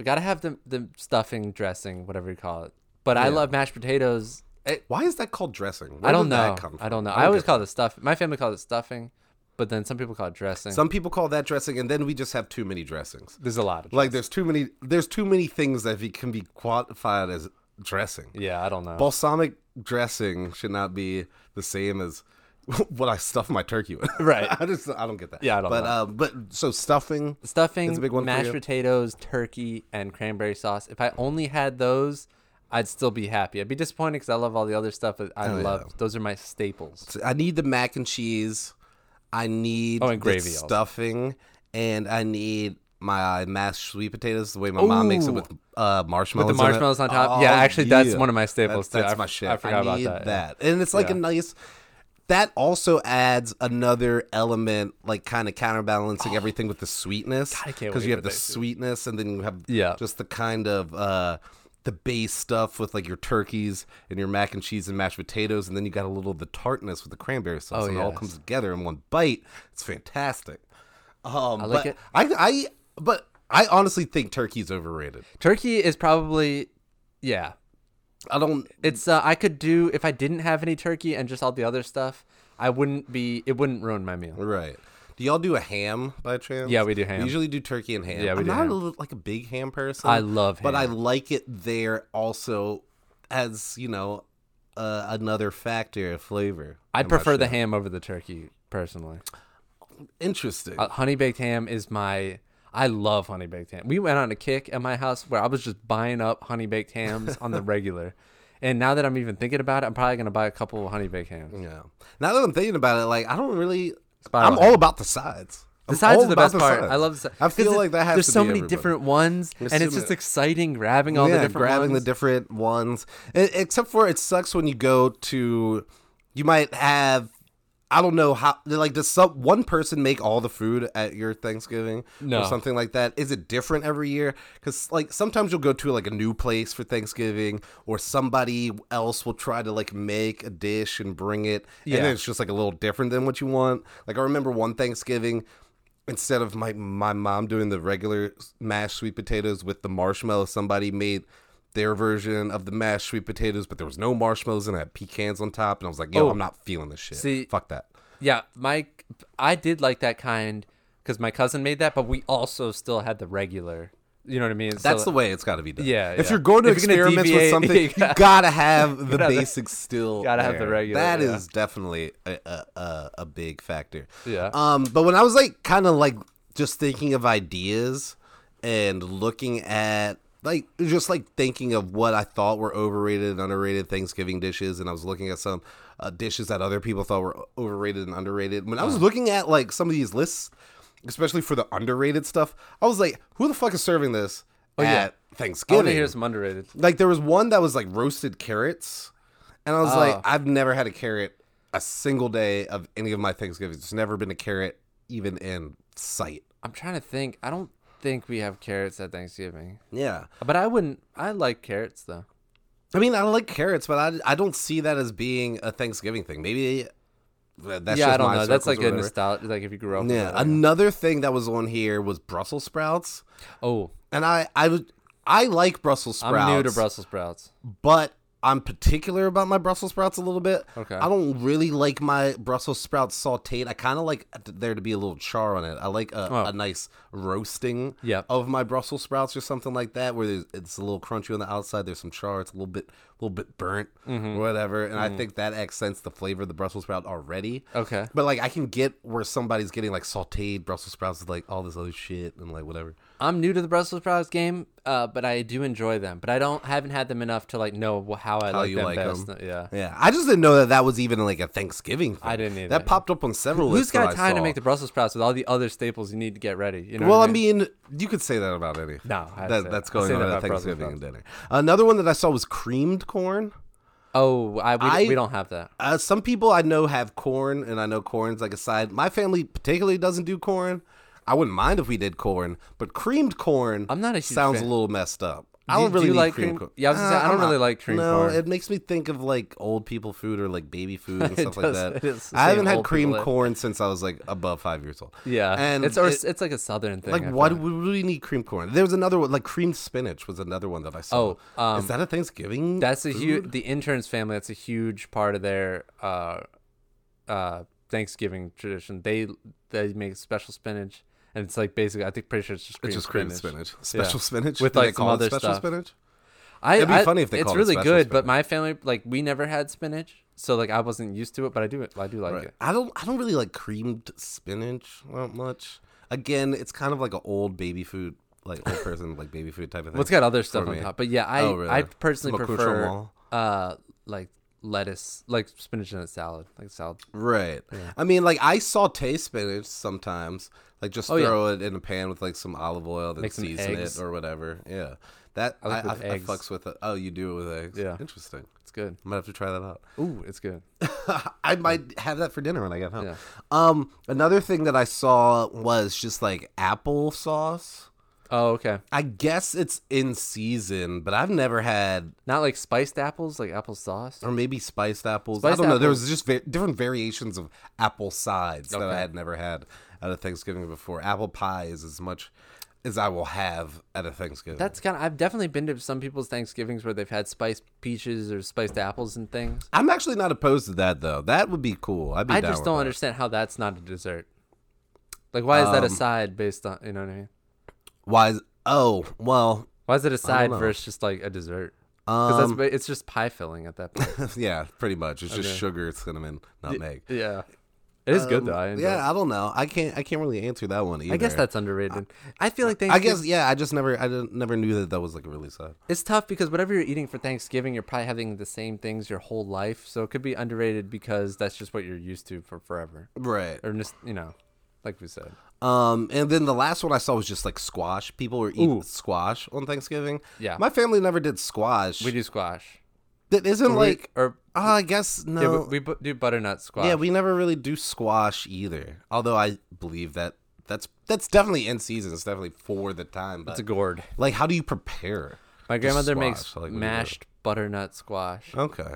Speaker 2: I gotta have the the stuffing, dressing, whatever you call it. But I love mashed potatoes. It,
Speaker 1: Why is that called dressing? Where
Speaker 2: I don't
Speaker 1: did that
Speaker 2: know.
Speaker 1: come
Speaker 2: I
Speaker 1: from?
Speaker 2: don't know. I always
Speaker 1: get
Speaker 2: call it stuff. My family calls it stuffing, but then some people call it dressing.
Speaker 1: Some people call that dressing, and then we just have too many dressings.
Speaker 2: There's a lot of
Speaker 1: Like there's too many there's too many things that be- can be quantified as dressing.
Speaker 2: yeah, I don't know.
Speaker 1: Balsamic dressing should not be the same as [laughs] what I stuff my turkey with.
Speaker 2: Right.
Speaker 1: [laughs] I just I don't get that.
Speaker 2: Yeah, I don't
Speaker 1: but
Speaker 2: know.
Speaker 1: uh, but so stuffing.
Speaker 2: stuffing,
Speaker 1: It's a big one for
Speaker 2: mashed
Speaker 1: you.
Speaker 2: potatoes, turkey, and cranberry sauce. If I only had those, I'd still be happy. I'd be disappointed because I love all the other stuff. But I
Speaker 1: Oh,
Speaker 2: love those are my staples.
Speaker 1: I need the mac and cheese. I need
Speaker 2: Oh, and
Speaker 1: the
Speaker 2: gravy also.
Speaker 1: stuffing, and I need my uh, mashed sweet potatoes the way my mom makes it
Speaker 2: Ooh.
Speaker 1: with uh, marshmallows.
Speaker 2: the
Speaker 1: in it. Oh,
Speaker 2: marshmallows on top? Yeah, actually, that's one of my staples,
Speaker 1: That's,
Speaker 2: too.
Speaker 1: that's
Speaker 2: I-
Speaker 1: my shit.
Speaker 2: I forgot about
Speaker 1: need
Speaker 2: that,
Speaker 1: and it's like a nice. That also adds another element, like kind of counterbalancing everything with the sweetness,
Speaker 2: Oh. I can't
Speaker 1: because
Speaker 2: wait
Speaker 1: you have
Speaker 2: for
Speaker 1: the
Speaker 2: Thanksgiving.
Speaker 1: sweetness, and then you have
Speaker 2: Yeah.
Speaker 1: just the kind of uh, the base stuff with like your turkeys and your mac and cheese and mashed potatoes, and then you got a little of the tartness with the cranberry sauce,
Speaker 2: Oh,
Speaker 1: and it all
Speaker 2: yes.
Speaker 1: comes together in one bite. It's fantastic. Um, I
Speaker 2: like
Speaker 1: but
Speaker 2: it.
Speaker 1: I, I, but I honestly think turkey's overrated.
Speaker 2: Turkey is probably yeah.
Speaker 1: I don't.
Speaker 2: It's uh, I could do if I didn't have any turkey and just all the other stuff. I wouldn't be. It wouldn't ruin my meal.
Speaker 1: Right. Do y'all do a ham by chance?
Speaker 2: Yeah, we do ham.
Speaker 1: We usually do turkey and ham.
Speaker 2: Yeah, we
Speaker 1: I'm
Speaker 2: do
Speaker 1: not
Speaker 2: ham.
Speaker 1: a li- like a big ham person.
Speaker 2: I love
Speaker 1: but I
Speaker 2: ham.
Speaker 1: like it there also as you know uh, another factor of flavor.
Speaker 2: I
Speaker 1: I'm not
Speaker 2: prefer the
Speaker 1: sure.
Speaker 2: ham over the turkey personally.
Speaker 1: Interesting.
Speaker 2: Uh, honey baked ham is my. I love honey baked ham. We went on a kick at my house where I was just buying up honey baked hams
Speaker 1: [laughs]
Speaker 2: on the regular, and now that I'm even thinking about it, I'm probably gonna buy a couple of honey baked hams.
Speaker 1: yeah. Now that I'm thinking about it, like I don't really.
Speaker 2: Spiral
Speaker 1: I'm
Speaker 2: ham.
Speaker 1: all about the sides.
Speaker 2: The sides are the best part. I love the sides.
Speaker 1: I feel like that has
Speaker 2: There's
Speaker 1: to
Speaker 2: so
Speaker 1: be
Speaker 2: many
Speaker 1: everybody.
Speaker 2: different ones,
Speaker 1: There's
Speaker 2: and
Speaker 1: so
Speaker 2: it's just
Speaker 1: many-
Speaker 2: exciting grabbing all the
Speaker 1: yeah,
Speaker 2: different
Speaker 1: grabbing the
Speaker 2: ones.
Speaker 1: different ones. E- except for it sucks when you go to, you might have, I don't know how. Like, does some one person make all the food at your Thanksgiving
Speaker 2: No.
Speaker 1: or something like that? Is it different every year? Because like sometimes you'll go to like a new place for Thanksgiving, or somebody else will try to like make a dish and bring it, and
Speaker 2: Yeah.
Speaker 1: then it's just like a little different than what you want. Like I remember one Thanksgiving instead of my my mom doing the regular mashed sweet potatoes with the marshmallow, somebody made their version of the mashed sweet potatoes, but there was no marshmallows and it had pecans on top. And I was like, yo,
Speaker 2: Oh.
Speaker 1: I'm not feeling this shit.
Speaker 2: See-
Speaker 1: Fuck that.
Speaker 2: Yeah, my I did like that kind because my cousin made that, but we also still had the regular. You know what I mean?
Speaker 1: That's the way it's got to be done.
Speaker 2: Yeah,
Speaker 1: If
Speaker 2: yeah.
Speaker 1: you're going to
Speaker 2: If you're gonna
Speaker 1: experiment with
Speaker 2: deviate, [laughs]
Speaker 1: something,
Speaker 2: you
Speaker 1: you gotta have the
Speaker 2: gotta-
Speaker 1: basics still.
Speaker 2: gotta have the
Speaker 1: there.
Speaker 2: regular,
Speaker 1: That is
Speaker 2: yeah.
Speaker 1: definitely a, a, a, a big factor.
Speaker 2: Yeah.
Speaker 1: Um. But when I was like kind of like just thinking of ideas and looking at like just like thinking of what I thought were overrated and underrated Thanksgiving dishes, and I was looking at some uh, dishes that other people thought were overrated and underrated. When I was
Speaker 2: Uh-huh.
Speaker 1: looking at like some of these lists. Especially for the underrated stuff, I was like, "Who the fuck is serving this
Speaker 2: Oh, yeah.
Speaker 1: at
Speaker 2: I want to
Speaker 1: Thanksgiving?"
Speaker 2: hear some underrated.
Speaker 1: Like there was one that was like roasted carrots, and I was like,
Speaker 2: Oh.
Speaker 1: I've never had a carrot a single day of any of my Thanksgivings. There's never been a carrot even in sight.
Speaker 2: I'm trying to think. I don't think we have carrots at Thanksgiving,
Speaker 1: Yeah,
Speaker 2: but I wouldn't. I like carrots though.
Speaker 1: I mean, I like carrots, but I I don't see that as being a Thanksgiving thing. Maybe uh, that's
Speaker 2: yeah,
Speaker 1: just
Speaker 2: I don't
Speaker 1: my
Speaker 2: know. That's
Speaker 1: circles
Speaker 2: like
Speaker 1: or
Speaker 2: a
Speaker 1: whatever.
Speaker 2: nostalgia. Like if you grew up. with
Speaker 1: Yeah,
Speaker 2: that.
Speaker 1: another thing that was on here was Brussels sprouts,
Speaker 2: oh,
Speaker 1: and I I would I like Brussels
Speaker 2: I'm
Speaker 1: sprouts.
Speaker 2: new to Brussels sprouts.
Speaker 1: but I'm particular about my Brussels sprouts a little bit.
Speaker 2: Okay.
Speaker 1: I don't really like my Brussels sprouts sauteed. I kind of like there to be a little char on it. I like a,
Speaker 2: Oh.
Speaker 1: a nice roasting
Speaker 2: Yep.
Speaker 1: of my Brussels sprouts or something like that, where there's, it's a little crunchy on the outside. There's some char. It's a little bit little bit burnt,
Speaker 2: Mm-hmm.
Speaker 1: or whatever. And I think that accents the flavor of the Brussels sprout already.
Speaker 2: Mm. Okay.
Speaker 1: But like I can get where somebody's getting like sauteed Brussels sprouts with like all this other shit and like whatever.
Speaker 2: I'm new to the Brussels sprouts game, uh, but I do enjoy them. But I don't haven't had them enough to like know wh- how I
Speaker 1: How
Speaker 2: like
Speaker 1: you
Speaker 2: them
Speaker 1: like
Speaker 2: best.
Speaker 1: them.
Speaker 2: Yeah.
Speaker 1: Yeah, I just didn't know that that was even like a Thanksgiving thing.
Speaker 2: I didn't either.
Speaker 1: That popped up on several
Speaker 2: Who's
Speaker 1: lists. that
Speaker 2: got
Speaker 1: I
Speaker 2: time to
Speaker 1: saw.
Speaker 2: make the Brussels sprouts with all the other staples you need to get ready? You know.
Speaker 1: Well, I
Speaker 2: what I mean?
Speaker 1: mean, you could say that about any.
Speaker 2: No, I
Speaker 1: that,
Speaker 2: say
Speaker 1: that's
Speaker 2: that.
Speaker 1: going
Speaker 2: Say
Speaker 1: on
Speaker 2: that
Speaker 1: at
Speaker 2: about Brussels
Speaker 1: Thanksgiving and dinner. Another one that I saw was creamed corn.
Speaker 2: oh, I we,
Speaker 1: I-
Speaker 2: we don't have that.
Speaker 1: Uh, some people I know have corn, and I know corn's like a side. My family particularly doesn't do corn. I wouldn't mind if we did corn, but creamed corn.
Speaker 2: I'm not a huge
Speaker 1: sounds
Speaker 2: fan.
Speaker 1: a little messed up. I
Speaker 2: Do-
Speaker 1: don't
Speaker 2: do
Speaker 1: really
Speaker 2: you
Speaker 1: need
Speaker 2: like
Speaker 1: creamed
Speaker 2: cream-
Speaker 1: corn.
Speaker 2: Yeah, I was gonna say, I
Speaker 1: I'm
Speaker 2: don't really
Speaker 1: not-
Speaker 2: like creamed
Speaker 1: no,
Speaker 2: corn.
Speaker 1: it makes me think of like old people food or like baby food and
Speaker 2: [laughs] It
Speaker 1: stuff like
Speaker 2: does-
Speaker 1: that.
Speaker 2: it is the
Speaker 1: I
Speaker 2: same
Speaker 1: haven't had
Speaker 2: old
Speaker 1: creamed
Speaker 2: people.
Speaker 1: corn since I was like above five years old.
Speaker 2: Yeah,
Speaker 1: and
Speaker 2: it's or
Speaker 1: it-
Speaker 2: it's it's like a southern thing.
Speaker 1: like
Speaker 2: I
Speaker 1: why do
Speaker 2: find.
Speaker 1: we really need creamed corn? There was another one, like creamed spinach was another one that I saw.
Speaker 2: Oh, um,
Speaker 1: is that a Thanksgiving?
Speaker 2: That's a huge. The interns family. That's a huge part of their uh, uh, Thanksgiving tradition. They they make special spinach, and it's like basically. I think pretty sure it's just cream
Speaker 1: it's just creamed
Speaker 2: spinach.
Speaker 1: spinach,
Speaker 2: Yeah.
Speaker 1: special spinach
Speaker 2: With,
Speaker 1: Do they
Speaker 2: like, some
Speaker 1: call it
Speaker 2: other
Speaker 1: special
Speaker 2: stuff.
Speaker 1: spinach.
Speaker 2: I,
Speaker 1: It'd be
Speaker 2: I-
Speaker 1: funny if they
Speaker 2: it's
Speaker 1: called it
Speaker 2: really
Speaker 1: special
Speaker 2: good,
Speaker 1: spinach.
Speaker 2: but my family like we never had spinach, so like I wasn't used to it. But I do I do like
Speaker 1: Right.
Speaker 2: it.
Speaker 1: I don't. I don't really like creamed spinach not much. Again, it's kind of like an old baby food, like old
Speaker 2: [laughs]
Speaker 1: person like baby food type of thing.
Speaker 2: Well, it's got other stuff
Speaker 1: for
Speaker 2: on
Speaker 1: me.
Speaker 2: top, but yeah, I
Speaker 1: Oh, really?
Speaker 2: I personally
Speaker 1: Some
Speaker 2: prefer
Speaker 1: accoutrement.
Speaker 2: uh like lettuce, like spinach in a salad, like salad.
Speaker 1: Right. I mean, like I saute spinach sometimes. Like just
Speaker 2: Oh, yeah.
Speaker 1: throw it in a pan with like some olive oil, then
Speaker 2: Make some
Speaker 1: season it
Speaker 2: eggs.
Speaker 1: or whatever. Yeah, that I
Speaker 2: like
Speaker 1: I,
Speaker 2: with
Speaker 1: I,
Speaker 2: eggs.
Speaker 1: fucks with it. Oh, you do it with eggs.
Speaker 2: Yeah.
Speaker 1: interesting.
Speaker 2: It's good.
Speaker 1: I might have to try that out. [laughs]
Speaker 2: Ooh, it's good.
Speaker 1: I might have that for dinner when I get home.
Speaker 2: Yeah.
Speaker 1: Um, another thing that I saw was just like apple sauce.
Speaker 2: Oh, okay.
Speaker 1: I guess it's in season, but I've never had,
Speaker 2: Not like spiced apples, like apple sauce.
Speaker 1: or maybe spiced apples. I
Speaker 2: Spiced
Speaker 1: don't know. There was just va- different variations of apple sides that I had never had at a Thanksgiving before. Apple pie is as much as I will have at a Thanksgiving.
Speaker 2: That's kind of. I've definitely been to some people's Thanksgivings where they've had spiced peaches or spiced apples and things.
Speaker 1: I'm actually not opposed to that though. That would be cool. I'd be
Speaker 2: I
Speaker 1: down
Speaker 2: just
Speaker 1: with
Speaker 2: don't
Speaker 1: that.
Speaker 2: understand how that's not a dessert. Like, why is
Speaker 1: Um,
Speaker 2: that a side based on? You know what I mean?
Speaker 1: Why? Is, oh, well,
Speaker 2: Why is it a side
Speaker 1: know.
Speaker 2: versus just like a dessert? Because
Speaker 1: um,
Speaker 2: that's ba- it's just pie filling at that
Speaker 1: [laughs]
Speaker 2: point.
Speaker 1: yeah, pretty much. It's just sugar, cinnamon, nutmeg.
Speaker 2: yeah, it is good though. I enjoy it.
Speaker 1: Um, Yeah, I don't know. I can't. I can't really answer that one either.
Speaker 2: I guess that's underrated. I feel like
Speaker 1: I
Speaker 2: Thanksgiving.
Speaker 1: guess yeah. I just never. I didn't, never knew that that was like really sad.
Speaker 2: it's tough because whatever you're eating for Thanksgiving, you're probably having the same things your whole life. So it could be underrated because that's just what you're used to for forever,
Speaker 1: Right.
Speaker 2: or just you know, like we said.
Speaker 1: Um. And then the last one I saw was just like squash. People were eating
Speaker 2: Ooh.
Speaker 1: squash on Thanksgiving.
Speaker 2: Yeah.
Speaker 1: My family never did squash.
Speaker 2: We do squash.
Speaker 1: that isn't like.
Speaker 2: or
Speaker 1: Oh, I guess no.
Speaker 2: yeah, we, we bu- do butternut squash.
Speaker 1: Yeah, we never really do squash either. Although I believe that that's that's definitely in season. It's definitely for the time. But
Speaker 2: it's a gourd.
Speaker 1: like, how do you prepare?
Speaker 2: My
Speaker 1: the
Speaker 2: grandmother
Speaker 1: squash?
Speaker 2: makes
Speaker 1: Like, what do you do?
Speaker 2: mashed butternut squash.
Speaker 1: Okay.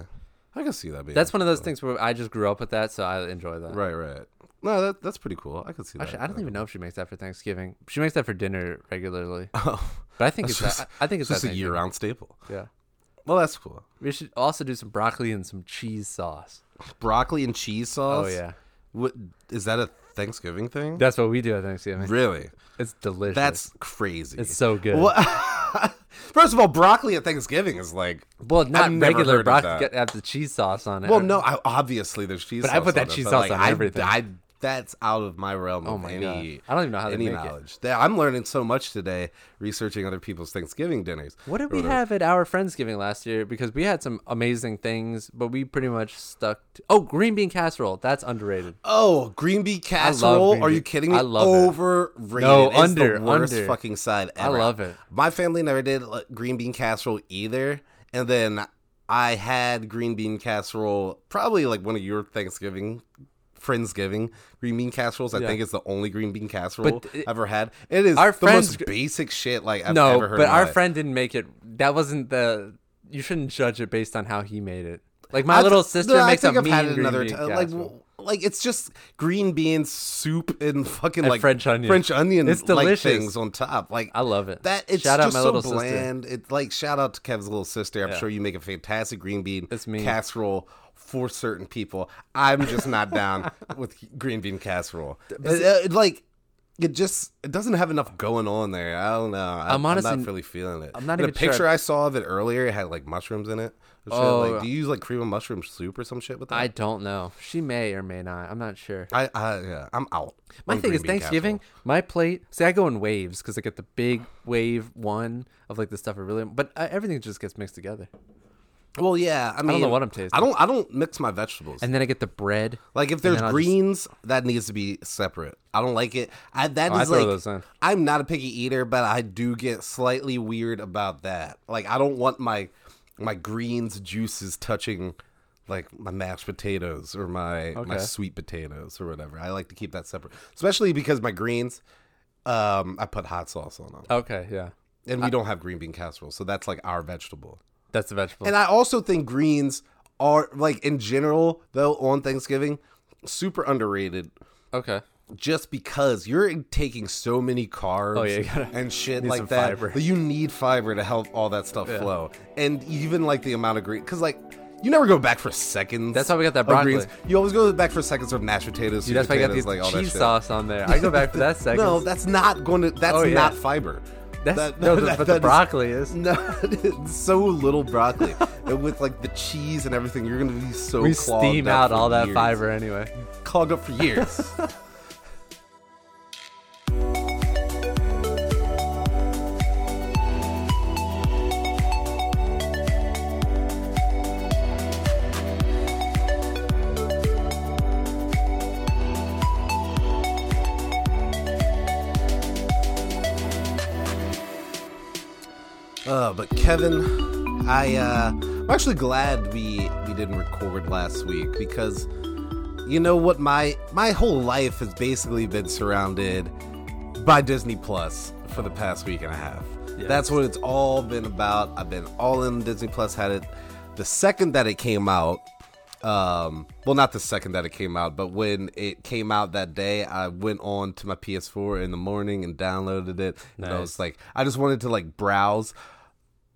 Speaker 1: I can see that being.
Speaker 2: That's one of those things where I just grew up with that, so I enjoy that.
Speaker 1: Right, right. No, that, that's pretty cool. I could see that.
Speaker 2: Actually, I don't even know if she makes that for Thanksgiving. She makes that for dinner regularly,
Speaker 1: [laughs] Oh,
Speaker 2: but I think it's
Speaker 1: just-
Speaker 2: that, I think it's
Speaker 1: it's just a
Speaker 2: that thing.
Speaker 1: year-round staple.
Speaker 2: Yeah,
Speaker 1: Well, that's cool.
Speaker 2: we should also do some broccoli and some cheese sauce.
Speaker 1: Broccoli and cheese sauce.
Speaker 2: Oh yeah,
Speaker 1: What is that a Thanksgiving thing?
Speaker 2: that's what we do at Thanksgiving.
Speaker 1: really?
Speaker 2: It's delicious.
Speaker 1: That's crazy.
Speaker 2: it's so good.
Speaker 1: What? [laughs] First of all, broccoli at Thanksgiving is like.
Speaker 2: Well,
Speaker 1: never
Speaker 2: not
Speaker 1: heard
Speaker 2: regular
Speaker 1: of
Speaker 2: broccoli.
Speaker 1: that.
Speaker 2: Get have the cheese sauce on it.
Speaker 1: Well, no, I, obviously there's cheese.
Speaker 2: But I
Speaker 1: sauce
Speaker 2: put that
Speaker 1: on it,
Speaker 2: cheese
Speaker 1: but,
Speaker 2: sauce
Speaker 1: like,
Speaker 2: on
Speaker 1: I-
Speaker 2: everything.
Speaker 1: I, that's out of my realm. Oh
Speaker 2: my
Speaker 1: any,
Speaker 2: God. I don't even know how they
Speaker 1: any
Speaker 2: make it.
Speaker 1: knowledge. That- I'm learning so much today, researching other people's Thanksgiving dinners.
Speaker 2: What did we have at our Friendsgiving last year? Because we had some amazing things, but we pretty much stuck. To, oh, green bean casserole. That's underrated.
Speaker 1: Oh, green bean casserole?
Speaker 2: green
Speaker 1: Are
Speaker 2: bean-
Speaker 1: you kidding me?
Speaker 2: I love it.
Speaker 1: Overrated.
Speaker 2: No,
Speaker 1: It's the
Speaker 2: under,
Speaker 1: worst
Speaker 2: under.
Speaker 1: fucking side
Speaker 2: I
Speaker 1: ever.
Speaker 2: love it.
Speaker 1: My family never did like, green bean casserole either, and then I had green bean casserole probably like one of your Thanksgiving. Friendsgiving green bean casseroles. I
Speaker 2: Yeah.
Speaker 1: think it's the only green bean casserole
Speaker 2: But it-
Speaker 1: I've ever had. It is
Speaker 2: Our
Speaker 1: the most
Speaker 2: friends-
Speaker 1: basic shit like I've
Speaker 2: no,
Speaker 1: ever heard.
Speaker 2: but
Speaker 1: in my
Speaker 2: our
Speaker 1: life.
Speaker 2: friend didn't make it. That wasn't the. You shouldn't judge it based on how he made it. Like my little sister
Speaker 1: I
Speaker 2: makes a
Speaker 1: think I've
Speaker 2: mean
Speaker 1: had it
Speaker 2: green
Speaker 1: another ti-
Speaker 2: bean
Speaker 1: Like,
Speaker 2: casserole.
Speaker 1: w- like it's just green bean soup and fucking like
Speaker 2: French onion.
Speaker 1: French onion.
Speaker 2: It's
Speaker 1: like,
Speaker 2: delicious.
Speaker 1: things on top. Like
Speaker 2: I love it.
Speaker 1: That it's
Speaker 2: Shout out
Speaker 1: just
Speaker 2: my
Speaker 1: so
Speaker 2: little sister.
Speaker 1: bland. It's like shout out to Kev's little sister. I'm sure you make a fantastic green bean
Speaker 2: It's me.
Speaker 1: casserole for certain
Speaker 2: [laughs]
Speaker 1: people. I'm just not down with green bean casserole. It's, uh, like. it just it doesn't have enough going on there. I don't know. I,
Speaker 2: I'm
Speaker 1: I'm
Speaker 2: honestly-
Speaker 1: not really feeling it.
Speaker 2: I'm not
Speaker 1: the
Speaker 2: even sure
Speaker 1: picture
Speaker 2: I-
Speaker 1: I saw of it earlier. It had like mushrooms in it. Or shit.
Speaker 2: Oh.
Speaker 1: like, do you use like cream of mushroom soup or some shit with that?
Speaker 2: I don't know. She may or may not. I'm not sure.
Speaker 1: I, I yeah, I'm out.
Speaker 2: My
Speaker 1: on
Speaker 2: thing
Speaker 1: green
Speaker 2: is
Speaker 1: bean
Speaker 2: Thanksgiving. My plate. See, I go in waves because I get the big wave one of like the stuff I really. But uh, everything just gets mixed together,
Speaker 1: casserole. Well, yeah. I mean,
Speaker 2: know what I'm tasting.
Speaker 1: I don't. I don't mix my vegetables.
Speaker 2: and then I get the bread.
Speaker 1: like if there's
Speaker 2: then I'll just-
Speaker 1: greens, that needs to be separate. I don't like it. I, that
Speaker 2: Oh, I
Speaker 1: is
Speaker 2: throw
Speaker 1: like
Speaker 2: those in.
Speaker 1: I'm not a picky eater, but I do get slightly weird about that. Like I don't want my my greens juices touching like my mashed potatoes or my my
Speaker 2: Okay.
Speaker 1: sweet potatoes or whatever. I like to keep that separate, especially because my greens. Um, I put hot sauce on them,
Speaker 2: Okay, yeah,
Speaker 1: and we don't have green bean casserole, so that's like our vegetable.
Speaker 2: that's a vegetable.
Speaker 1: And I also think greens are like in general though on Thanksgiving super underrated
Speaker 2: okay,
Speaker 1: just because you're taking so many carbs
Speaker 2: Oh, yeah, you gotta-
Speaker 1: and shit
Speaker 2: need
Speaker 1: like
Speaker 2: some
Speaker 1: that.
Speaker 2: fiber.
Speaker 1: But you need fiber to help all that stuff flow. And even like the amount of green cuz like you never go back for seconds.
Speaker 2: That's why we got that
Speaker 1: of
Speaker 2: broccoli.
Speaker 1: You always go back for seconds of mashed potatoes. sweet
Speaker 2: Dude, that's why I got
Speaker 1: potatoes,
Speaker 2: these
Speaker 1: like all that
Speaker 2: cheese
Speaker 1: shit.
Speaker 2: sauce on there. I go back
Speaker 1: [laughs]
Speaker 2: for that second.
Speaker 1: No, that's not going to that's
Speaker 2: Oh, yeah.
Speaker 1: not fiber.
Speaker 2: that's
Speaker 1: That- [laughs]
Speaker 2: no, the-
Speaker 1: that-
Speaker 2: but
Speaker 1: that
Speaker 2: the
Speaker 1: is-
Speaker 2: broccoli is.
Speaker 1: [laughs] no, it's so little broccoli. and with like the cheese and everything, you're gonna be so
Speaker 2: We
Speaker 1: clogged
Speaker 2: steam
Speaker 1: up
Speaker 2: out
Speaker 1: for
Speaker 2: all that
Speaker 1: years.
Speaker 2: fiber anyway.
Speaker 1: clogged up for years. Uh, but Kevin, I uh, I'm actually glad we we didn't record last week because you know what my my whole life has basically been surrounded by Disney Plus for the past week and a half.
Speaker 2: Yeah.
Speaker 1: That's what it's all been about. I've been all in Disney Plus. Had it the second that it came out. Um, well, not the second that it came out, but when it came out that day, I went on to my PS4 in the morning and downloaded it. And I
Speaker 2: Nice.
Speaker 1: was like, I just wanted to like browse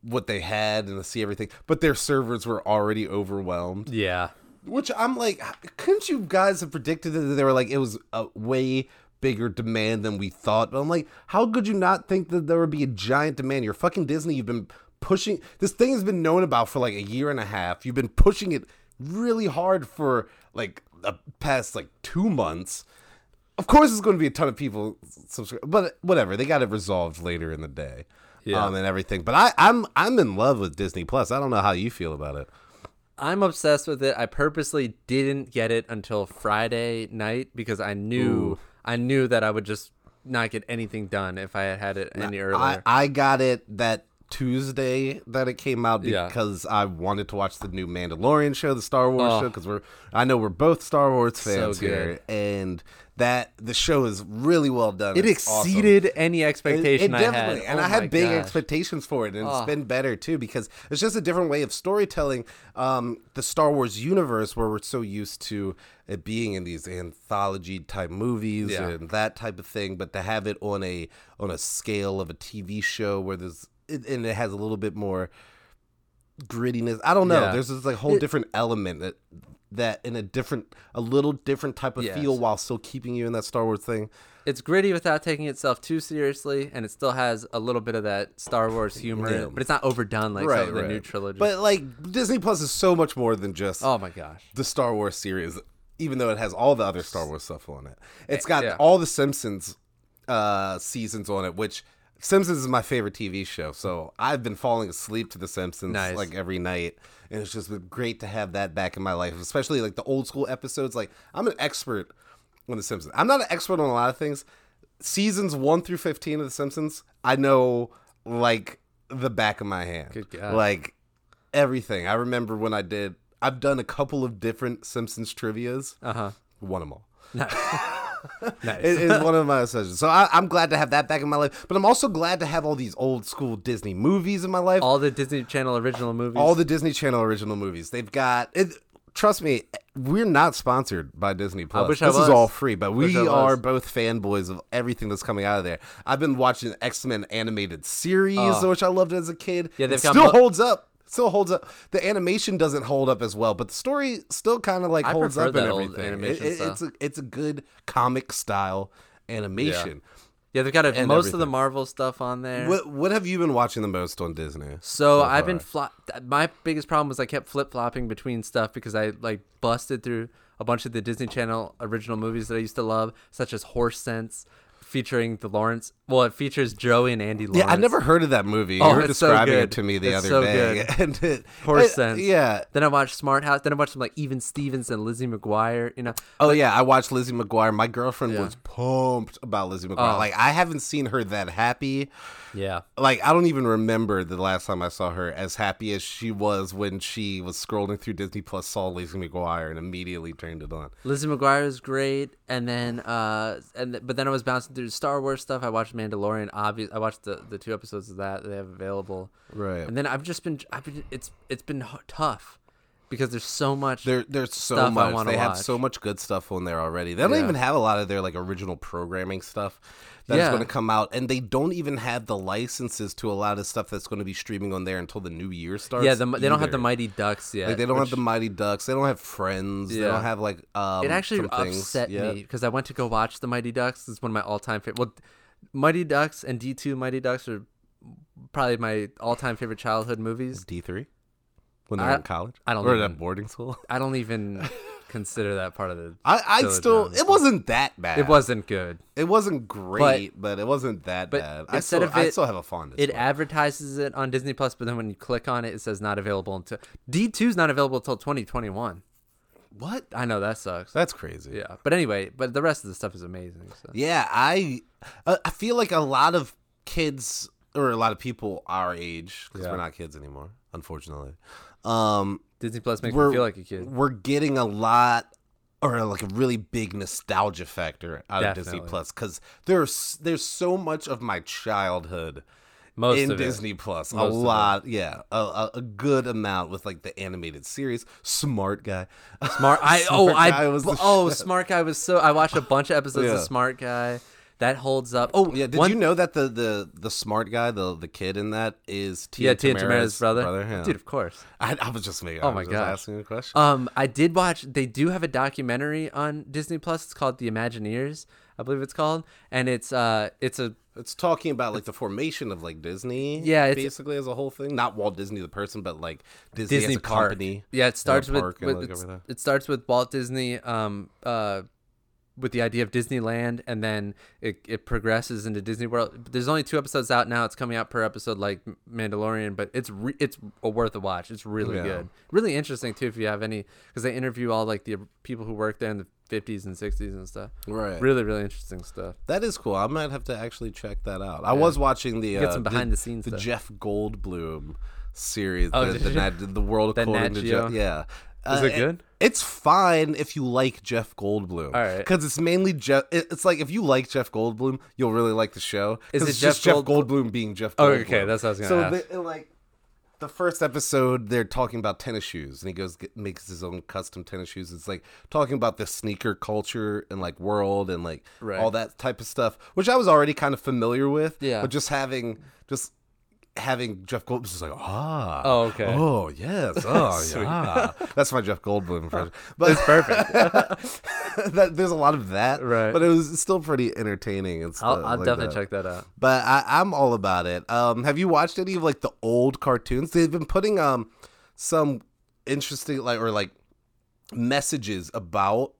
Speaker 1: what they had and to see everything, but their servers were already overwhelmed.
Speaker 2: Yeah,
Speaker 1: Which I'm like, couldn't you guys have predicted that they were like it was a way bigger demand than we thought? But I'm like, how could you not think that there would be a giant demand? You're fucking Disney. You've been pushing this thing has been known about for like a year and a half. You've been pushing it really hard for like the past like two months. Of course, there's going to be a ton of people subscribe, but whatever. They got it resolved later in the day,
Speaker 2: Yeah.
Speaker 1: um, and everything. But I, I'm I'm in love with Disney Plus. I don't know how you feel about it.
Speaker 2: I'm obsessed with it. I purposely didn't get it until Friday night because I knew I knew that I would just not get anything done if I had had it any earlier.
Speaker 1: I, I got it that Tuesday that it came out
Speaker 2: Yeah.
Speaker 1: because I wanted to watch the new Mandalorian show, the Star Wars
Speaker 2: Oh.
Speaker 1: show, because we're I know we're both Star Wars fans
Speaker 2: good.
Speaker 1: here, and that the show is really well done.
Speaker 2: it
Speaker 1: It's awesome.
Speaker 2: exceeded any
Speaker 1: It-
Speaker 2: expectation
Speaker 1: it
Speaker 2: I had.
Speaker 1: definitely, and
Speaker 2: Oh
Speaker 1: I
Speaker 2: my
Speaker 1: had big
Speaker 2: gosh. Ah.
Speaker 1: expectations for it, and it's been better too because it's just a different way of storytelling. Um, the Star Wars universe, where we're so used to it being in these anthology type movies
Speaker 2: Yeah.
Speaker 1: and that type of thing, but to have it on a on a scale of a TV show where there's it, and it has a little bit more grittiness. I don't know.
Speaker 2: Yeah.
Speaker 1: There's this like whole different element that that in a different, a little different type of
Speaker 2: Yes.
Speaker 1: feel while still keeping you in that Star Wars thing.
Speaker 2: It's gritty without taking itself too seriously, and it still has a little bit of that Star Wars humor, in
Speaker 1: Yeah.
Speaker 2: it, but it's not overdone like some of the new trilogy.
Speaker 1: But like Disney Plus is so much more than just
Speaker 2: oh my gosh,
Speaker 1: the Star Wars series, even though it has all the other Star Wars stuff on it. It's got
Speaker 2: yeah.
Speaker 1: all the Simpsons uh, seasons on it, which Simpsons is my favorite TV show. So I've been falling asleep to the Simpsons
Speaker 2: Nice.
Speaker 1: like every night, and it's just been great to have that back in my life, especially like the old school episodes. Like I'm an expert on the Simpsons. I'm not an expert on a lot of things. Seasons one through fifteen of the Simpsons, I know like the back of my hand.
Speaker 2: Good God.
Speaker 1: Like everything. I remember when I did. I've done a couple of different Simpsons trivia's.
Speaker 2: uh huh,
Speaker 1: Won them all. [laughs]
Speaker 2: nice.
Speaker 1: It is one of my obsessions. So I, I'm glad to have that back in my life. But I'm also glad to have all these old school Disney movies in my life. All,
Speaker 2: all the Disney Channel original movies.
Speaker 1: the Disney Channel original movies. They've got. It, trust me, we're not sponsored by Disney Plus.
Speaker 2: wish I
Speaker 1: this is
Speaker 2: was.
Speaker 1: all free, but we
Speaker 2: I was.
Speaker 1: are both fanboys of everything that's coming out of there. I've been watching X Men animated series, which I loved as a kid.
Speaker 2: Oh. Yeah, they've
Speaker 1: It
Speaker 2: got
Speaker 1: still
Speaker 2: mo-
Speaker 1: holds up. Still holds up. The animation doesn't hold up as well, but the story still kind of like holds
Speaker 2: prefer
Speaker 1: up and
Speaker 2: that old
Speaker 1: everything. It-
Speaker 2: animation
Speaker 1: it-
Speaker 2: style.
Speaker 1: it's a it's a good comic style animation.
Speaker 2: Yeah, they've got a,
Speaker 1: And
Speaker 2: most of the
Speaker 1: everything.
Speaker 2: Marvel stuff on there.
Speaker 1: What What have you been watching the most on Disney?
Speaker 2: So
Speaker 1: so
Speaker 2: I've been flop. My biggest problem was I kept flip flopping between stuff because I like busted through a bunch of the Disney Channel original movies that I used to love, such as Horse Sense, featuring the Lawrence. Well, it features Joey and Andy Lawrence.
Speaker 1: Yeah, I've never heard of that movie.
Speaker 2: Oh,
Speaker 1: you were
Speaker 2: it's so
Speaker 1: describing it
Speaker 2: good.
Speaker 1: to me the
Speaker 2: It's
Speaker 1: other
Speaker 2: so
Speaker 1: day, [laughs]
Speaker 2: good.
Speaker 1: and it,
Speaker 2: Horse
Speaker 1: it-
Speaker 2: Sense.
Speaker 1: Yeah.
Speaker 2: Then I watched Smart House. Then I watched some like Even Stevens and Lizzie McGuire. You know,
Speaker 1: Oh yeah, I watched Lizzie McGuire. My girlfriend
Speaker 2: Yeah.
Speaker 1: was pumped about Lizzie McGuire.
Speaker 2: Oh.
Speaker 1: Like I haven't seen her that happy.
Speaker 2: yeah.
Speaker 1: Like I don't even remember the last time I saw her as happy as she was when she was scrolling through Disney Plus, saw Lizzie McGuire, and immediately turned it on.
Speaker 2: Lizzie McGuire is great, and then uh, and th- but then I was bouncing through Star Wars stuff. I watched Mandalorian. Obvious, I watched the, the two episodes of that they have available.
Speaker 1: Right.
Speaker 2: And then I've just been, I've been, it's it's been h- tough because there's so much.
Speaker 1: There, there's so
Speaker 2: Stuff I
Speaker 1: much.
Speaker 2: wanna
Speaker 1: They have
Speaker 2: watch.
Speaker 1: so much good stuff on there already. They don't
Speaker 2: Yeah.
Speaker 1: even have a lot of their like original programming stuff that's
Speaker 2: Yeah.
Speaker 1: going to come out, and they don't even have the licenses to a lot of stuff that's going to be streaming on there until the new year starts.
Speaker 2: yeah, the, they don't have the
Speaker 1: either.
Speaker 2: Mighty Ducks yet.
Speaker 1: Like, they don't
Speaker 2: which-
Speaker 1: have the Mighty Ducks. They don't have Friends. They
Speaker 2: Yeah.
Speaker 1: don't have like um,
Speaker 2: It
Speaker 1: some
Speaker 2: actually
Speaker 1: things
Speaker 2: upset me
Speaker 1: yet.
Speaker 2: 'cause me because I went to go watch the Mighty Ducks. It's one of my all time favorite. Well, Mighty Ducks and D two Mighty Ducks are probably my all time favorite childhood movies.
Speaker 1: D three when they're
Speaker 2: I-
Speaker 1: in college.
Speaker 2: I don't
Speaker 1: or
Speaker 2: even-
Speaker 1: at boarding
Speaker 2: [laughs]
Speaker 1: school.
Speaker 2: I don't even consider that part of the.
Speaker 1: I, I
Speaker 2: So,
Speaker 1: still.
Speaker 2: no,
Speaker 1: It wasn't that bad.
Speaker 2: It wasn't good.
Speaker 1: It wasn't great, but, it wasn't that
Speaker 2: but
Speaker 1: bad. I
Speaker 2: instead
Speaker 1: still,
Speaker 2: of
Speaker 1: I
Speaker 2: it-
Speaker 1: still have a fondness.
Speaker 2: It
Speaker 1: for
Speaker 2: advertises it on Disney Plus, but then when you click on it, it says not available until D two is not available until 2021.
Speaker 1: what?
Speaker 2: I know that sucks.
Speaker 1: That's crazy.
Speaker 2: yeah, but anyway, but the rest of the stuff is amazing. So.
Speaker 1: Yeah, I uh, I feel like a lot of kids or a lot of people our age because we're
Speaker 2: Yeah.
Speaker 1: not kids anymore, unfortunately.
Speaker 2: [laughs]
Speaker 1: Um,
Speaker 2: Disney Plus makes
Speaker 1: we're
Speaker 2: me feel like a kid.
Speaker 1: We're getting a lot or like a really big nostalgia factor out of Disney
Speaker 2: Definitely.
Speaker 1: Plus because there's there's so much of my childhood
Speaker 2: Most
Speaker 1: in
Speaker 2: of it.
Speaker 1: Disney Plus.
Speaker 2: Most
Speaker 1: a
Speaker 2: of it.
Speaker 1: lot, yeah, a, a, a good amount with like the animated series. Smart guy, [laughs]
Speaker 2: Smart. [laughs] I oh
Speaker 1: Smart Guy
Speaker 2: I
Speaker 1: was the
Speaker 2: oh Smart Guy was so. I watched a bunch of episodes
Speaker 1: Yeah.
Speaker 2: of Smart Guy. That holds up. Oh
Speaker 1: Yeah, did
Speaker 2: one-
Speaker 1: you know that the, the the smart guy, the the kid in that is Tia
Speaker 2: Yeah, Tia
Speaker 1: Tamera's
Speaker 2: Tamera's brother.
Speaker 1: yeah.
Speaker 2: Dude, of course.
Speaker 1: I, I was just making. I
Speaker 2: my
Speaker 1: was just
Speaker 2: gosh.
Speaker 1: asking a question.
Speaker 2: Um, I did watch. They do have a documentary on Disney Plus. It's called The Imagineers, I believe it's called, and it's uh, it's a
Speaker 1: it's talking about like the formation of like Disney.
Speaker 2: Yeah, it's-
Speaker 1: basically as a whole thing. Not Walt Disney the person, but like Disney, as a
Speaker 2: Park.
Speaker 1: company.
Speaker 2: Yeah, it starts with,
Speaker 1: park and,
Speaker 2: with
Speaker 1: like,
Speaker 2: it's-
Speaker 1: everything.
Speaker 2: it starts with Walt Disney um uh with the idea of Disneyland and then it, it progresses into Disney World. But there's only two episodes out now. It's coming out per episode like M- Mandalorian, but it's re- it's a worth a watch. It's really
Speaker 1: Yeah.
Speaker 2: good. Really interesting too if you have any cuz they interview all like the people who worked there in the 50s and 60s and stuff.
Speaker 1: Right.
Speaker 2: Really really interesting stuff.
Speaker 1: That is cool. I might have to actually check that out. I was watching the
Speaker 2: Get
Speaker 1: uh,
Speaker 2: some behind the scenes
Speaker 1: the
Speaker 2: stuff.
Speaker 1: Jeff Goldblum series.
Speaker 2: Oh,
Speaker 1: the,
Speaker 2: did
Speaker 1: the,
Speaker 2: you?
Speaker 1: Nat- the world
Speaker 2: That
Speaker 1: according
Speaker 2: Nat
Speaker 1: to Jeff.
Speaker 2: Geo?
Speaker 1: Yeah. Uh,
Speaker 2: Is it good?
Speaker 1: It's fine if you like Jeff Goldblum.
Speaker 2: All right.
Speaker 1: Because it's mainly Jeff. it- It's like if you like Jeff Goldblum, you'll really like the show. 'Cause
Speaker 2: Is it
Speaker 1: it's just
Speaker 2: Jeff
Speaker 1: Jeff
Speaker 2: Gold-
Speaker 1: Goldblum being Jeff
Speaker 2: Oh,
Speaker 1: Goldblum?
Speaker 2: okay, that's what I was gonna
Speaker 1: so
Speaker 2: ask.
Speaker 1: the- like the first episode, they're talking about tennis shoes, and he goes get, makes his own custom tennis shoes. It's like talking about the sneaker culture and like world and like
Speaker 2: Right.
Speaker 1: all that type of stuff, which I was already kind of familiar with.
Speaker 2: Yeah.
Speaker 1: but just having just having Jeff Goldblum is like ah
Speaker 2: Oh, okay.
Speaker 1: oh yes
Speaker 2: [laughs]
Speaker 1: oh yeah that's my Jeff Goldblum impression. But it's perfect. [laughs] that, there's a lot of that,
Speaker 2: Right.
Speaker 1: But it was still pretty entertaining. and
Speaker 2: I'll,
Speaker 1: stuff
Speaker 2: I'll
Speaker 1: like that
Speaker 2: definitely check uh, that out.
Speaker 1: but I, I'm all about it. Um, have you watched any of like the old cartoons? They've been putting um some interesting like or like messages about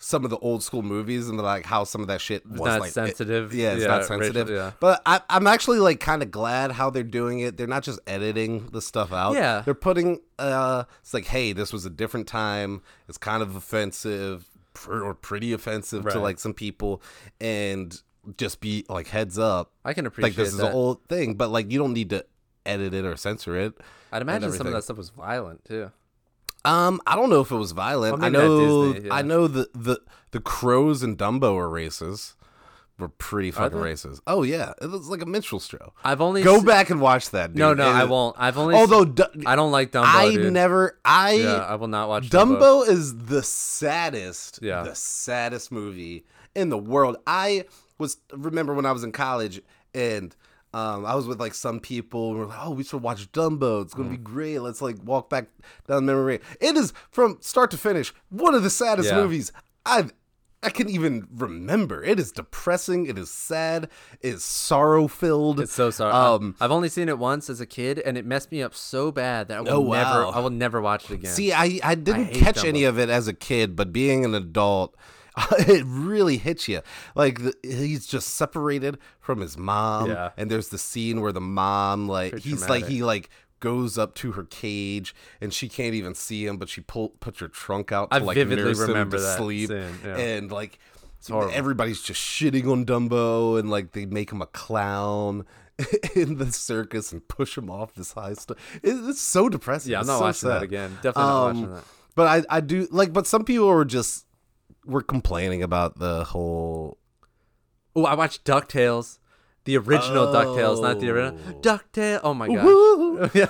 Speaker 1: some of the old school movies and like how some of that shit was
Speaker 2: not
Speaker 1: like it-
Speaker 2: sensitive.
Speaker 1: yeah, it's
Speaker 2: Yeah,
Speaker 1: not sensitive.
Speaker 2: racial- yeah.
Speaker 1: But I, I'm actually like kind of glad how they're doing it. They're not just editing the stuff out.
Speaker 2: Yeah.
Speaker 1: they're putting uh, it's like hey, this was a different time. It's kind of offensive pr- or pretty offensive to
Speaker 2: Right.
Speaker 1: like some people, and just be like heads up
Speaker 2: I can appreciate
Speaker 1: like this is
Speaker 2: that.
Speaker 1: the old thing, but like you don't need to edit it or censor it.
Speaker 2: I'd imagine some
Speaker 1: everything.
Speaker 2: of that stuff was violent too.
Speaker 1: Um, I don't know if it was violent.
Speaker 2: Well,
Speaker 1: I
Speaker 2: maybe not
Speaker 1: know,
Speaker 2: Disney, yeah.
Speaker 1: I know the the the crows and Dumbo are racist. Were pretty fucking
Speaker 2: they?
Speaker 1: racist. Oh yeah, it was like a minstrel show.
Speaker 2: I've only
Speaker 1: Go
Speaker 2: se-
Speaker 1: back and watch that. Dude.
Speaker 2: No, no,
Speaker 1: It
Speaker 2: I
Speaker 1: is-
Speaker 2: won't. I've only
Speaker 1: Although Du-
Speaker 2: I don't like Dumbo.
Speaker 1: I
Speaker 2: dude.
Speaker 1: never, I
Speaker 2: Yeah, I will not watch Dumbo.
Speaker 1: Dumbo is the saddest,
Speaker 2: Yeah.
Speaker 1: the saddest movie in the world. I was remember when I was in college and um, I was with like some people and we are like, oh, we should watch Dumbo. It's
Speaker 2: Mm.
Speaker 1: gonna be great. Let's like walk back down memory. lane." It is from start to finish one of the saddest
Speaker 2: Yeah.
Speaker 1: movies I've I can even remember. It is depressing. It is sad. It is sorrow filled.
Speaker 2: It's so sorry.
Speaker 1: Um,
Speaker 2: I've only seen it once as a kid, and it messed me up so bad that I will
Speaker 1: Oh, wow.
Speaker 2: never, I will never watch it again.
Speaker 1: See, I, I didn't
Speaker 2: hate
Speaker 1: catch any of it as a kid, but being an adult, [laughs] it really hits you. Like the, he's just separated from his mom,
Speaker 2: Yeah.
Speaker 1: and there's the scene where the mom, like
Speaker 2: Pretty
Speaker 1: he's like
Speaker 2: traumatic.
Speaker 1: he like goes up to her cage, and she can't even see him, but she pull puts her trunk out to
Speaker 2: I
Speaker 1: like
Speaker 2: vividly
Speaker 1: nurse
Speaker 2: remember
Speaker 1: him to
Speaker 2: that
Speaker 1: sleep,
Speaker 2: scene, yeah.
Speaker 1: and like.
Speaker 2: horrible.
Speaker 1: Everybody's just shitting on Dumbo, and like they make him a clown [laughs] in the circus and push him off this high stuff. It's so depressing.
Speaker 2: yeah, I'm
Speaker 1: It's
Speaker 2: not
Speaker 1: so
Speaker 2: watching that
Speaker 1: sad.
Speaker 2: again. Definitely not watching
Speaker 1: Um,
Speaker 2: that.
Speaker 1: But I, I do like, but some people were just were complaining about the
Speaker 2: [laughs]
Speaker 1: whole.
Speaker 2: Oh, I watched Ducktales, the original Ducktales, not the
Speaker 1: Oh.
Speaker 2: original Ducktales. Oh my
Speaker 1: [laughs]
Speaker 2: gosh.
Speaker 1: Woo!
Speaker 2: yes.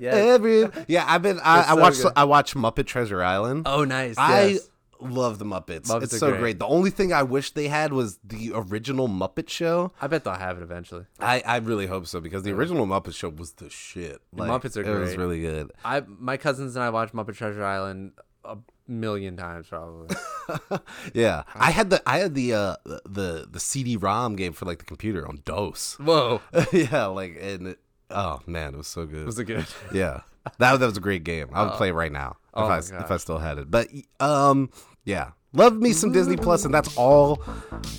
Speaker 1: Every yeah, I've been I,
Speaker 2: It's
Speaker 1: I
Speaker 2: so
Speaker 1: watched
Speaker 2: good.
Speaker 1: I watched Muppet Treasure Island.
Speaker 2: Oh, nice.
Speaker 1: I
Speaker 2: yes.
Speaker 1: love the Muppets.
Speaker 2: Muppets
Speaker 1: it's
Speaker 2: are
Speaker 1: so great.
Speaker 2: great.
Speaker 1: The only thing I wish they had was the original Muppet Show.
Speaker 2: I bet they'll have it eventually.
Speaker 1: I, I really hope so because the original Muppet Show was the shit. Like,
Speaker 2: Muppets are
Speaker 1: It was
Speaker 2: great.
Speaker 1: really good.
Speaker 2: I my cousins and I watched Muppet Treasure Island a million times probably.
Speaker 1: Yeah, I had the I had the uh, the the CD-ROM game for like the computer on DOS.
Speaker 2: [laughs] Whoa,
Speaker 1: [laughs] yeah, like and it, oh man, it was so good.
Speaker 2: was it good?
Speaker 1: yeah, that that was a great game. I would play it right now if
Speaker 2: Oh
Speaker 1: I
Speaker 2: my
Speaker 1: if
Speaker 2: gosh.
Speaker 1: I still had it. But um, yeah, love me some Disney Plus, and that's all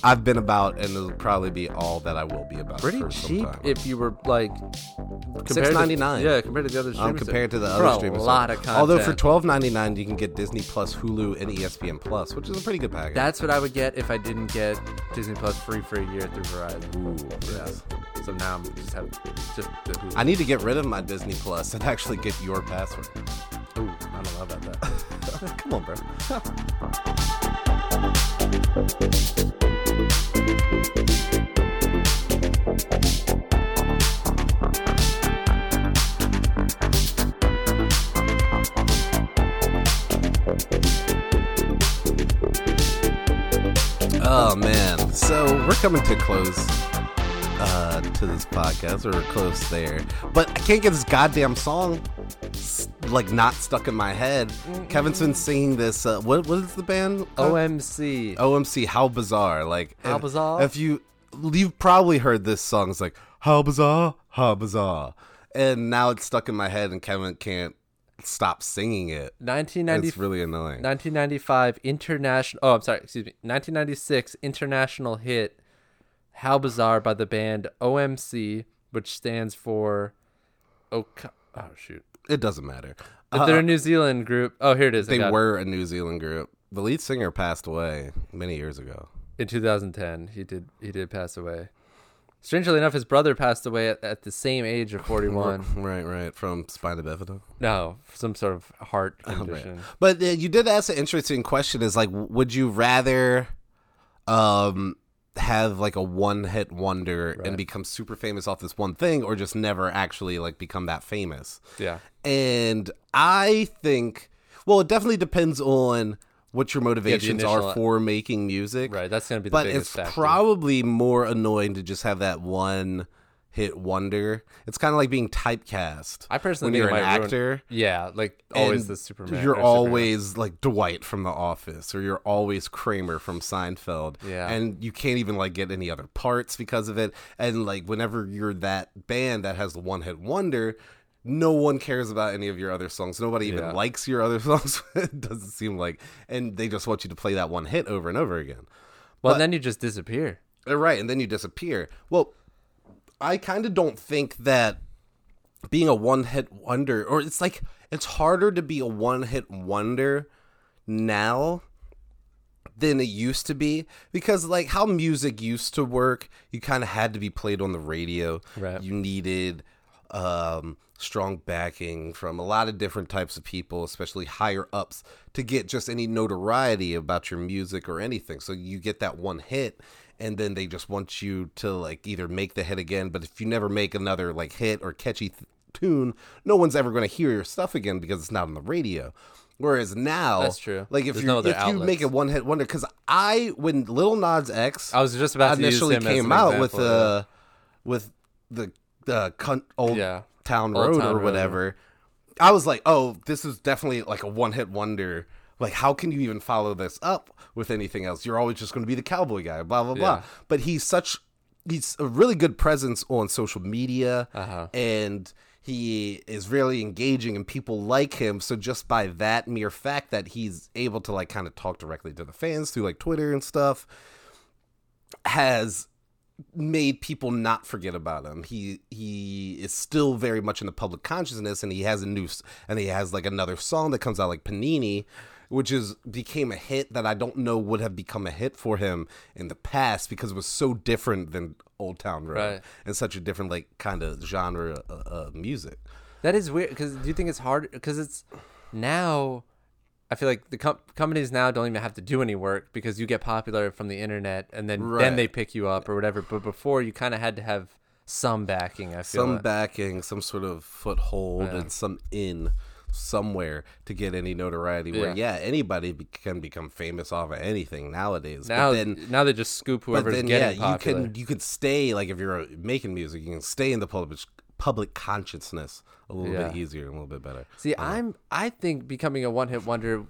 Speaker 1: I've been about, and it'll probably be all that I will be about.
Speaker 2: Pretty
Speaker 1: for
Speaker 2: cheap
Speaker 1: Some time. Um,
Speaker 2: if you were like compared to-
Speaker 1: $6.99.
Speaker 2: Yeah, compared to the other streamers.
Speaker 1: um, compared to the
Speaker 2: For
Speaker 1: other
Speaker 2: a
Speaker 1: streamers,
Speaker 2: lot of content.
Speaker 1: although for twelve ninety nine you can get Disney Plus, Hulu, and E ESPN Plus, which is a pretty good package.
Speaker 2: that's what I would get if I didn't get Disney Plus free for a year through Verizon.
Speaker 1: Ooh,
Speaker 2: Yeah. So now I'm just have just the Hulu.
Speaker 1: I need to get rid of my Disney Plus and actually get your password. [laughs]
Speaker 2: Ooh, I don't know about that.
Speaker 1: Come on, bro. Oh man! So we're coming to close uh, to this podcast, or we're close there. But I can't get this goddamn song s- like not stuck in my head. Kevin's been singing this. Uh, what what is the band? called?
Speaker 2: OMC.
Speaker 1: OMC. How bizarre! Like
Speaker 2: Oh. How
Speaker 1: if-
Speaker 2: Bizarre?
Speaker 1: If you you've probably heard this song, it's like how bizarre, how bizarre, and now it's stuck in my head, and Kevin can't stop singing it.
Speaker 2: 1990,
Speaker 1: It's really annoying.
Speaker 2: 1995 international. Oh, I'm sorry. Excuse me. 1996 international hit "How Bizarre" by the band OMC, which stands for Oh, oh shoot.
Speaker 1: It doesn't matter.
Speaker 2: But
Speaker 1: Uh,
Speaker 2: They're a New Zealand group. Oh, here it is. I
Speaker 1: they
Speaker 2: got it.
Speaker 1: were a New Zealand group. The lead singer passed away many years ago.
Speaker 2: in 2010. He did. He did pass away. Strangely enough, his brother passed away at, at the same age of
Speaker 1: [laughs]
Speaker 2: 41.
Speaker 1: Right, right, from Spina Bifida.
Speaker 2: no, some sort of heart
Speaker 1: Right.
Speaker 2: condition.
Speaker 1: But uh, you did ask an interesting question: is like, would you rather, um, have like a one-hit wonder and
Speaker 2: Right.
Speaker 1: become super famous off this one thing, or just never actually like become that famous?
Speaker 2: Yeah.
Speaker 1: And I think, well, it definitely depends on what your motivations
Speaker 2: initial-
Speaker 1: are for making music,
Speaker 2: Right. That's gonna be the
Speaker 1: but
Speaker 2: biggest
Speaker 1: it's
Speaker 2: factor.
Speaker 1: probably more annoying to just have that one hit wonder. It's kind of like being typecast.
Speaker 2: I personally
Speaker 1: when
Speaker 2: think
Speaker 1: you're
Speaker 2: it
Speaker 1: an
Speaker 2: might ruin-
Speaker 1: actor,
Speaker 2: yeah, like always
Speaker 1: and
Speaker 2: the Superman. or
Speaker 1: You're
Speaker 2: Superman.
Speaker 1: always like Dwight from The Office, or you're always Kramer from Seinfeld.
Speaker 2: Yeah.
Speaker 1: and you can't even like get any other parts because of it. And like whenever you're that band that has the one hit wonder. No one cares about any of your other songs. Nobody even
Speaker 2: Yeah.
Speaker 1: likes your other [laughs] songs. it doesn't seem like, and they just want you to play that one hit over and over again.
Speaker 2: Well, then you just disappear.
Speaker 1: Uh, Right, and then you disappear. Well, I kind of don't think that being a one-hit wonder, or it's like it's harder to be a one-hit wonder now than it used to be because like how music used to work you kind of had to be played on the radio
Speaker 2: Right.
Speaker 1: you needed um strong backing from a lot of different types of people especially higher ups to get just any notoriety about your music or anything so you get that one hit and then they just want you to like either make the hit again but if you never make another like hit or catchy th- tune no one's ever going to hear your stuff again because it's not on the radio whereas now
Speaker 2: That's true.
Speaker 1: like if
Speaker 2: There's
Speaker 1: you
Speaker 2: no
Speaker 1: if
Speaker 2: other
Speaker 1: you make
Speaker 2: outlets.
Speaker 1: a one hit wonder because I when Little Nod's ex
Speaker 2: I was just about to
Speaker 1: initially
Speaker 2: use him as
Speaker 1: came
Speaker 2: an
Speaker 1: out with uh,
Speaker 2: example,
Speaker 1: the with the the cunt, old
Speaker 2: Yeah.
Speaker 1: town
Speaker 2: Old
Speaker 1: road
Speaker 2: Town
Speaker 1: or
Speaker 2: Road.
Speaker 1: whatever, I was like, oh, this is definitely like a one hit wonder Like, how can you even follow this up with anything else? You're always just going to be the cowboy guy, blah blah
Speaker 2: Yeah.
Speaker 1: blah. But he's such he's a really good presence on social media,
Speaker 2: Uh-huh.
Speaker 1: and he is really engaging, and people like him. So just by that mere fact that he's able to like kind of talk directly to the fans through like Twitter and stuff, has made people not forget about him. He he is still very much in the public consciousness, and he has a new s- and he has like another song that comes out like Panini, which is became a hit that I don't know would have become a hit for him in the past because it was so different than Old Town Road
Speaker 2: Right.
Speaker 1: and such a different like kind of genre uh, uh, music.
Speaker 2: That is weird. Because do you think it's hard? Because it's now. I feel like the com- companies now don't even have to do any work because you get popular from the internet, and then
Speaker 1: Right.
Speaker 2: then they pick you up or whatever. But before, you kind of had to have some backing. I feel
Speaker 1: some
Speaker 2: like.
Speaker 1: backing, some sort of foothold, and some in somewhere to get any notoriety. Where
Speaker 2: Yeah.
Speaker 1: yeah, anybody be- can become famous off of anything nowadays.
Speaker 2: now.
Speaker 1: but then,
Speaker 2: now they just scoop
Speaker 1: but
Speaker 2: whoever's
Speaker 1: then yeah,
Speaker 2: getting
Speaker 1: you
Speaker 2: popular.
Speaker 1: can you could stay like if you're uh, making music, you can stay in the public public consciousness a little
Speaker 2: Yeah.
Speaker 1: bit easier and a little bit better.
Speaker 2: See, I'm I think becoming a one hit wonder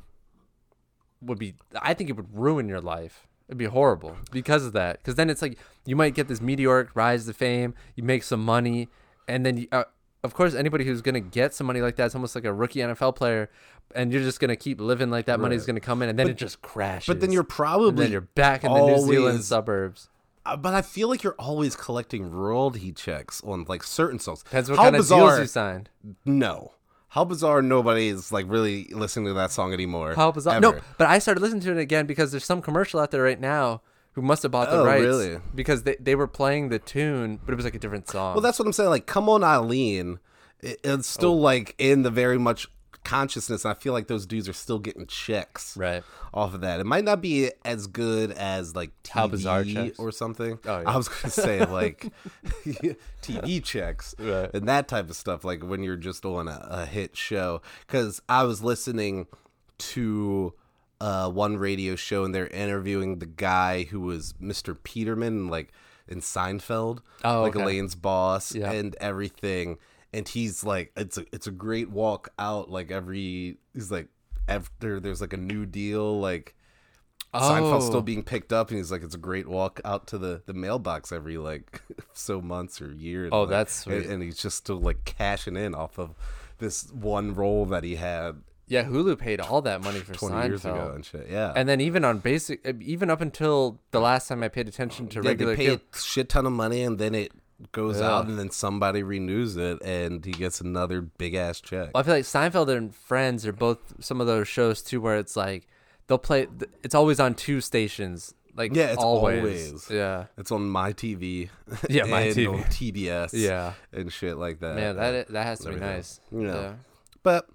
Speaker 2: would be I think it would ruin your life. It'd be horrible because of that. Because then it's like you might get this meteoric rise to fame, you make some money, and then you, uh, of course anybody who's gonna get some money like that is almost like a rookie NFL player, and you're just gonna keep living like that. Money's gonna come in, and then it just crashes.
Speaker 1: But then you're
Speaker 2: and
Speaker 1: probably
Speaker 2: then you're back in the New Zealand
Speaker 1: always-
Speaker 2: suburbs.
Speaker 1: Uh, But I feel like you're always collecting royalty checks on like certain songs.
Speaker 2: Depends what
Speaker 1: How
Speaker 2: kind of
Speaker 1: bizarre-
Speaker 2: deals you signed.
Speaker 1: No. How bizarre nobody is like really listening to that song anymore.
Speaker 2: How bizarre! No,
Speaker 1: ever.
Speaker 2: but I started listening to it again because there's some commercial out there right now who must have bought the
Speaker 1: Oh,
Speaker 2: rights
Speaker 1: really?
Speaker 2: because they, they were playing the tune, but it was like a different song.
Speaker 1: Well, that's what I'm saying. Like, come on, Eileen. It, it's
Speaker 2: Oh.
Speaker 1: still like in the very much consciousness. And I feel like those dudes are still getting checks
Speaker 2: Right.
Speaker 1: off of that. It might not be as good as like TV
Speaker 2: How bizarre checks?
Speaker 1: or something.
Speaker 2: Oh, yeah.
Speaker 1: I was gonna
Speaker 2: [laughs]
Speaker 1: say like [laughs] TV checks
Speaker 2: Right.
Speaker 1: and that type of stuff. Like when you're just on a, a hit show. Because I was listening to. Uh, one radio show and they're interviewing the guy who was Mr. Peterman, like in Seinfeld,
Speaker 2: Oh,
Speaker 1: like
Speaker 2: okay.
Speaker 1: Elaine's boss,
Speaker 2: Yeah.
Speaker 1: and everything. And he's like, it's a it's a great walk out. Like every he's like after there's like a new deal, like Seinfeld's
Speaker 2: Oh.
Speaker 1: still being picked up, and he's like, it's a great walk out to the the mailbox every like [laughs] so months or year. And,
Speaker 2: Oh,
Speaker 1: like-
Speaker 2: that's
Speaker 1: and-
Speaker 2: sweet.
Speaker 1: and he's just still like cashing in off of this one role that he had
Speaker 2: yeah, Hulu paid all that money for
Speaker 1: 20
Speaker 2: Seinfeld.
Speaker 1: years ago and shit. Yeah,
Speaker 2: And then even on basic, uh, even up until the last time I paid attention to
Speaker 1: yeah,
Speaker 2: regular
Speaker 1: they pay
Speaker 2: cable-
Speaker 1: a shit ton of money and then it goes
Speaker 2: Yeah.
Speaker 1: out and then somebody renews it and he gets another big ass check.
Speaker 2: Well, I feel like Seinfeld and Friends are both some of those shows too, where it's like they'll play. th- It's always on two stations. Like
Speaker 1: Yeah, it's always.
Speaker 2: yeah.
Speaker 1: It's on my TV.
Speaker 2: [laughs] Yeah, My
Speaker 1: and
Speaker 2: TV.
Speaker 1: on TBS.
Speaker 2: [laughs] Yeah.
Speaker 1: and shit like that.
Speaker 2: Man, that that has to be
Speaker 1: everything.
Speaker 2: nice.
Speaker 1: You know.
Speaker 2: Yeah.
Speaker 1: But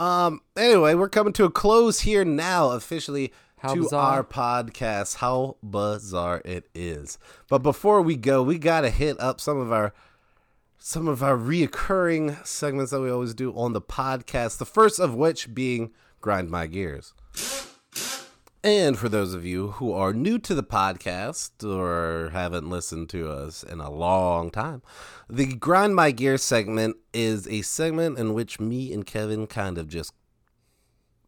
Speaker 1: um, anyway, we're coming to a close here now officially.
Speaker 2: How
Speaker 1: to
Speaker 2: bizarre.
Speaker 1: our podcast, how bizarre it is! But before we go, we gotta hit up some of our some of our reoccurring segments that we always do on the podcast. The first of which being grind my gears. And for those of you who are new to the podcast or haven't listened to us in a long time, the Grind My Gear segment is a segment in which me and Kevin kind of just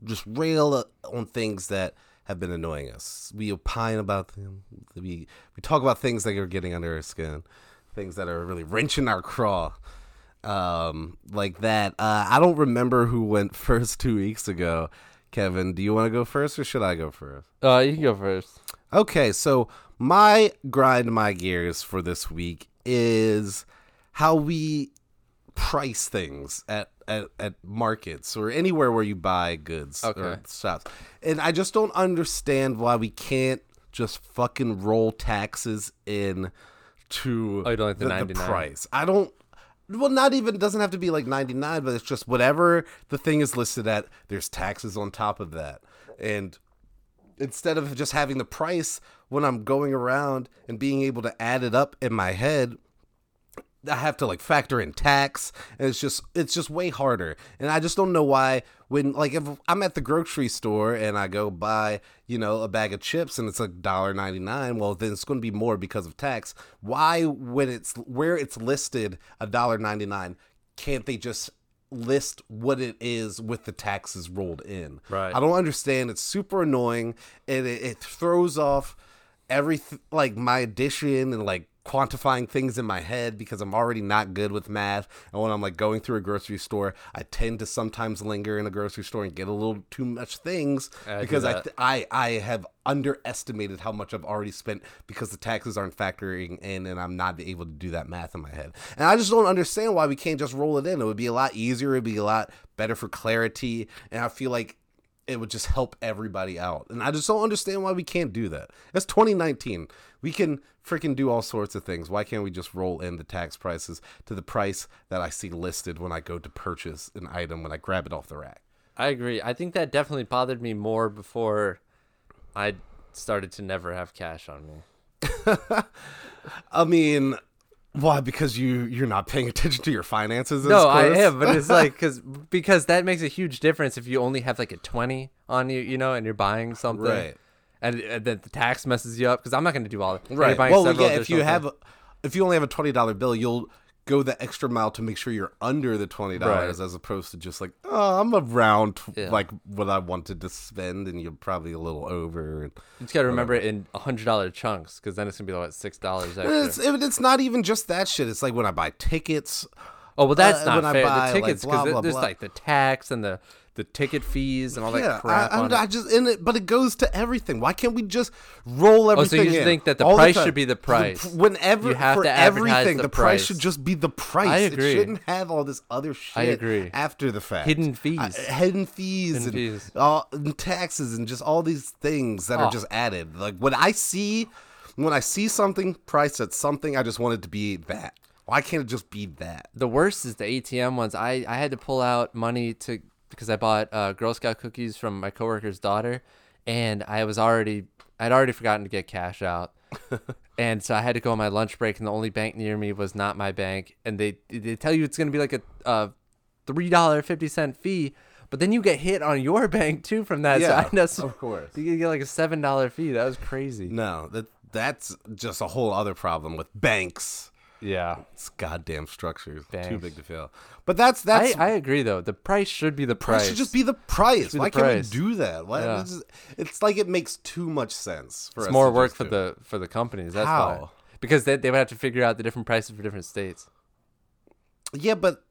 Speaker 1: just rail on things that have been annoying us. We opine about them. We we talk about things that are getting under our skin, things that are really wrenching our craw, um, like that. Uh, I don't remember who went [laughs] first two weeks ago. Kevin, do you want to go first or should I go first?
Speaker 2: Uh, you can go first.
Speaker 1: Okay, so my grind my gears for this week is how we price things at, at, at markets or anywhere where you buy goods
Speaker 2: Okay.
Speaker 1: or shops. And I just don't understand why we can't just fucking roll taxes in to
Speaker 2: Oh, you don't like the 99?
Speaker 1: price. I don't well, not even doesn't have to be like 99, but it's just whatever the thing is listed at, there's taxes on top of that. And instead of just having the price when I'm going around and being able to add it up in my head, I have to like factor in tax, and it's just it's just way harder. And I just don't know why when like if I'm at the grocery store and I go buy you know a bag of chips and it's like dollar ninety nine, well then it's going to be more because of tax. Why when it's where it's listed a dollar ninety nine, can't they just list what it is with the taxes rolled in.
Speaker 2: Right.
Speaker 1: I don't understand. It's super annoying, and it, it throws off everything, like my addition and like quantifying things in my head because I'm already not good with math. And when I'm like going through a grocery store, I tend to sometimes linger in a grocery store and get a little too much things
Speaker 2: I do
Speaker 1: because I,
Speaker 2: that.
Speaker 1: th- I I have underestimated how much I've already spent because the taxes aren't factoring in and I'm not able to do that math in my head. And I just don't understand why we can't just roll it in. It would be a lot easier, it'd be a lot better for clarity, and I feel like it would just help everybody out. And I just don't understand why we can't do that. It's 2019. We can freaking do all sorts of things. Why can't we just roll in the tax prices to the price that I see listed when I go to purchase an item when I grab it off the rack?
Speaker 2: I agree. I think that definitely bothered me more before I started to never have cash on me.
Speaker 1: I mean, why? Because you you're not paying [laughs] attention to your finances. as
Speaker 2: No, I
Speaker 1: close?
Speaker 2: am, but
Speaker 1: [laughs]
Speaker 2: it's like cause, because that makes a huge difference if you only have like a twenty on you, you know, and you're buying something,
Speaker 1: Right.
Speaker 2: And, and then the tax messes you up because I'm not going to do all that. And you're
Speaker 1: Right.
Speaker 2: buying
Speaker 1: Well,
Speaker 2: several
Speaker 1: yeah. If you
Speaker 2: additional
Speaker 1: have, a- if you only have a twenty dollar bill, you'll go the extra mile to make sure you're under the twenty dollars,
Speaker 2: Right.
Speaker 1: as opposed to just like, oh, I'm around
Speaker 2: Yeah.
Speaker 1: like what I wanted to spend, and you're probably a little over. And
Speaker 2: You just got to remember it in hundred dollar chunks because then it's gonna be like six dollars extra.
Speaker 1: it's it- it's not even just that shit. It's like when I buy tickets.
Speaker 2: oh well, that's
Speaker 1: uh,
Speaker 2: not
Speaker 1: when I
Speaker 2: fair.
Speaker 1: buy, like,
Speaker 2: the tickets
Speaker 1: blah,
Speaker 2: because
Speaker 1: blah,
Speaker 2: there's
Speaker 1: blah.
Speaker 2: like the tax and the the ticket fees and all
Speaker 1: Yeah,
Speaker 2: that crap.
Speaker 1: I,
Speaker 2: on
Speaker 1: I'm,
Speaker 2: it.
Speaker 1: I just in it, but it goes to everything. Why can't we just roll
Speaker 2: Oh, so
Speaker 1: everything?
Speaker 2: you
Speaker 1: in?
Speaker 2: think that the
Speaker 1: all
Speaker 2: price
Speaker 1: time?
Speaker 2: should be the price?
Speaker 1: pr- whenever
Speaker 2: You have
Speaker 1: for
Speaker 2: to advertise
Speaker 1: everything, the,
Speaker 2: the
Speaker 1: price
Speaker 2: price.
Speaker 1: should just be the price.
Speaker 2: I
Speaker 1: It
Speaker 2: agree.
Speaker 1: shouldn't have all this other shit.
Speaker 2: agree.
Speaker 1: After the fact,
Speaker 2: Hidden fees.
Speaker 1: I- hidden fees, and
Speaker 2: fees.
Speaker 1: all and taxes, and just all these things that are
Speaker 2: Oh.
Speaker 1: just added. Like when I see, when I see something priced at something, I just want it to be that. Why can't it just be that?
Speaker 2: the worst is the ATM ones. I, I had to pull out money to because I bought uh, Girl Scout cookies from my coworker's daughter, and I was already I'd already forgotten to get
Speaker 1: [laughs]
Speaker 2: cash out, and so I had to go on my lunch break, and the only bank near me was not my bank, and they they tell you it's gonna be like a, uh three dollar fifty cent fee, but then you get hit on your [laughs] bank too from that. so I [laughs]
Speaker 1: Yeah,
Speaker 2: end up-
Speaker 1: of course.
Speaker 2: you get like a seven dollar fee. That was crazy.
Speaker 1: No, that that's just a whole other problem with banks.
Speaker 2: Yeah,
Speaker 1: It's goddamn structures too
Speaker 2: Banks.
Speaker 1: big to fail. But that's
Speaker 2: I,
Speaker 1: that's
Speaker 2: I agree though. The price should be the price.
Speaker 1: It should just be the price.
Speaker 2: be
Speaker 1: Why
Speaker 2: the
Speaker 1: can't
Speaker 2: price.
Speaker 1: we do that? Why
Speaker 2: Yeah.
Speaker 1: this is- it's like it makes too much sense. For
Speaker 2: It's
Speaker 1: us
Speaker 2: more
Speaker 1: to
Speaker 2: work
Speaker 1: just
Speaker 2: for
Speaker 1: do.
Speaker 2: the for the companies. That's
Speaker 1: How?
Speaker 2: why. Because they, they would have to figure out the different prices for different states.
Speaker 1: yeah, but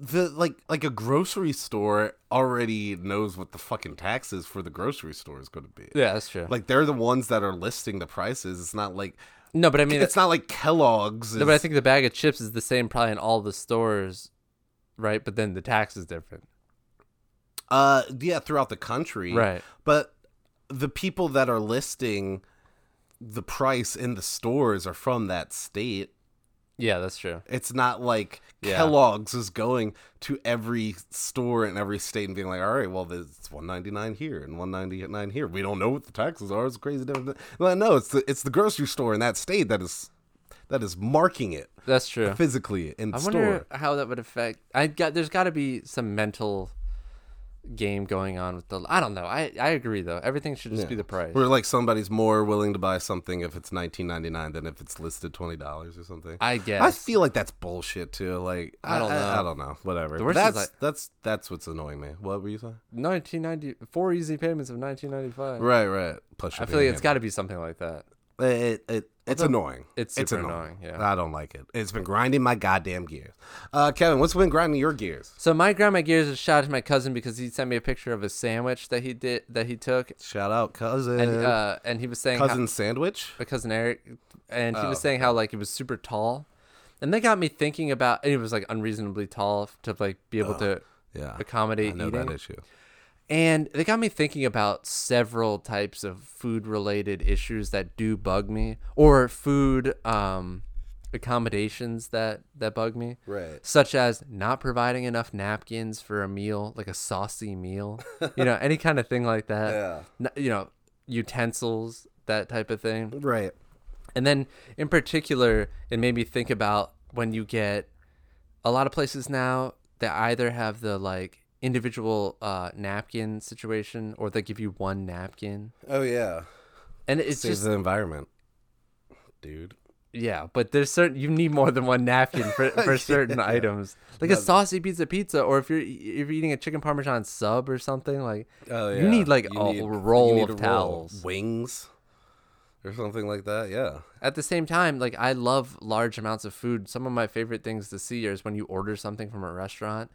Speaker 1: the like like a grocery store already knows what the fucking taxes for the grocery store is going to be.
Speaker 2: Yeah, that's true.
Speaker 1: Like they're the ones that are listing the prices. It's not like
Speaker 2: no, but I mean,
Speaker 1: it's not like Kellogg's. Is,
Speaker 2: no, but I think the bag of chips is the same probably in all the stores, right? But then the tax is different.
Speaker 1: uh, yeah, throughout the country,
Speaker 2: Right.
Speaker 1: But the people that are listing the price in the stores are from that state.
Speaker 2: Yeah, that's true.
Speaker 1: It's not like
Speaker 2: Yeah.
Speaker 1: Kellogg's is going to every store in every state and being like, all right, well, it's one ninety nine here and one ninety nine here. We don't know what the taxes are. It's crazy different. Well, no, it's the it's the grocery store in that state that is that is marking it
Speaker 2: That's true.
Speaker 1: physically in
Speaker 2: I
Speaker 1: the
Speaker 2: wonder
Speaker 1: store.
Speaker 2: how that would affect. I got there's got to be some mental game going on with the. I don't know. I I agree though. Everything should just be the price.
Speaker 1: Where like somebody's more willing to buy something if it's nineteen ninety nine than if it's listed twenty dollars or something.
Speaker 2: I guess.
Speaker 1: I feel like that's bullshit too. Like I
Speaker 2: don't
Speaker 1: I,
Speaker 2: know.
Speaker 1: don't know. Whatever.
Speaker 2: The worst is,
Speaker 1: that's
Speaker 2: like-
Speaker 1: that's that's what's annoying me. What were you saying?
Speaker 2: 1990 four easy payments of 1995.
Speaker 1: Right, right. Plus
Speaker 2: I
Speaker 1: shipping
Speaker 2: feel like
Speaker 1: and
Speaker 2: it's got to be something like that.
Speaker 1: It, it, it it's annoying.
Speaker 2: it's super annoying, yeah.
Speaker 1: I don't like it. It's been grinding my goddamn gears. Uh, Kevin, what's been grinding your gears?
Speaker 2: So my grandma gears a shout out to my cousin because he sent me a picture of a sandwich that he did that he took,
Speaker 1: Shout out cousin,
Speaker 2: and [laughs] uh, and he was saying
Speaker 1: cousin [laughs] Oh, sandwich.
Speaker 2: how, cousin Eric, and he was saying how like he was super tall, and that got me thinking about and he was like unreasonably tall to like be able to
Speaker 1: Yeah,
Speaker 2: accommodate
Speaker 1: I know
Speaker 2: eating,
Speaker 1: that issue.
Speaker 2: and they got me thinking about several types of food related issues that do bug me or food um accommodations that that bug me
Speaker 1: Right.
Speaker 2: such as not providing enough napkins for a meal, like a saucy meal, you know, any kind of thing like that.
Speaker 1: Yeah.
Speaker 2: N- you know, utensils, that type of thing.
Speaker 1: Right.
Speaker 2: And then in particular, it made me think about when you get a lot of places now that either have the like individual uh, napkin situation or they give you one napkin.
Speaker 1: Oh yeah.
Speaker 2: And it's
Speaker 1: Saves
Speaker 2: just
Speaker 1: the environment, dude.
Speaker 2: Yeah, but there's certain you need more than one napkin for, for certain items, like a saucy pizza pizza, or if you're if you're eating a chicken parmesan sub or something like.
Speaker 1: Oh yeah.
Speaker 2: You need, like, a roll of towels.
Speaker 1: wings, or something like that. Yeah.
Speaker 2: At the same time, like I love large amounts of food. Some of my favorite things to see is when you order something from a restaurant.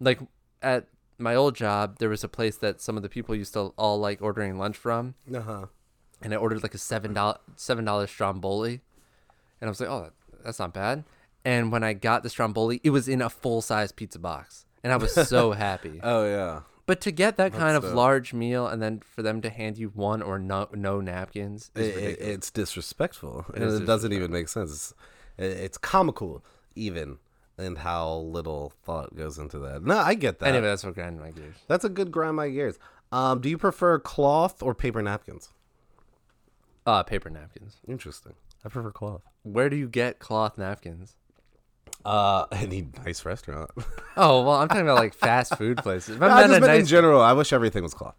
Speaker 2: Like at my old job, there was a place that some of the people used to all like ordering lunch from.
Speaker 1: Uh huh.
Speaker 2: and I ordered like a seven dollar seven dollar stromboli, and I was like, oh, that- that's not bad. And when I got the stromboli, it was in a full size pizza box, and I was
Speaker 1: [laughs]
Speaker 2: so happy.
Speaker 1: Oh yeah.
Speaker 2: But to get that kind of
Speaker 1: That's, uh,
Speaker 2: large meal and then for them to hand you one or no no napkins
Speaker 1: It-
Speaker 2: is
Speaker 1: it-
Speaker 2: ridiculous.
Speaker 1: it's disrespectful, and
Speaker 2: is
Speaker 1: it doesn't even make sense. It's, it- it's comical, even, and how little thought goes into that. No, I get that.
Speaker 2: anyway, that's what grinded my gears.
Speaker 1: That's a good grind my gears. Um, do you prefer cloth or paper napkins?
Speaker 2: Uh, paper napkins.
Speaker 1: Interesting. I prefer cloth.
Speaker 2: Where do you get cloth napkins?
Speaker 1: Uh, [laughs] any nice
Speaker 2: [laughs]
Speaker 1: restaurant.
Speaker 2: Oh well, I'm talking about
Speaker 1: [laughs]
Speaker 2: like fast food places. If I'm
Speaker 1: I
Speaker 2: at a
Speaker 1: just meant in
Speaker 2: nice,
Speaker 1: general. I wish everything was cloth.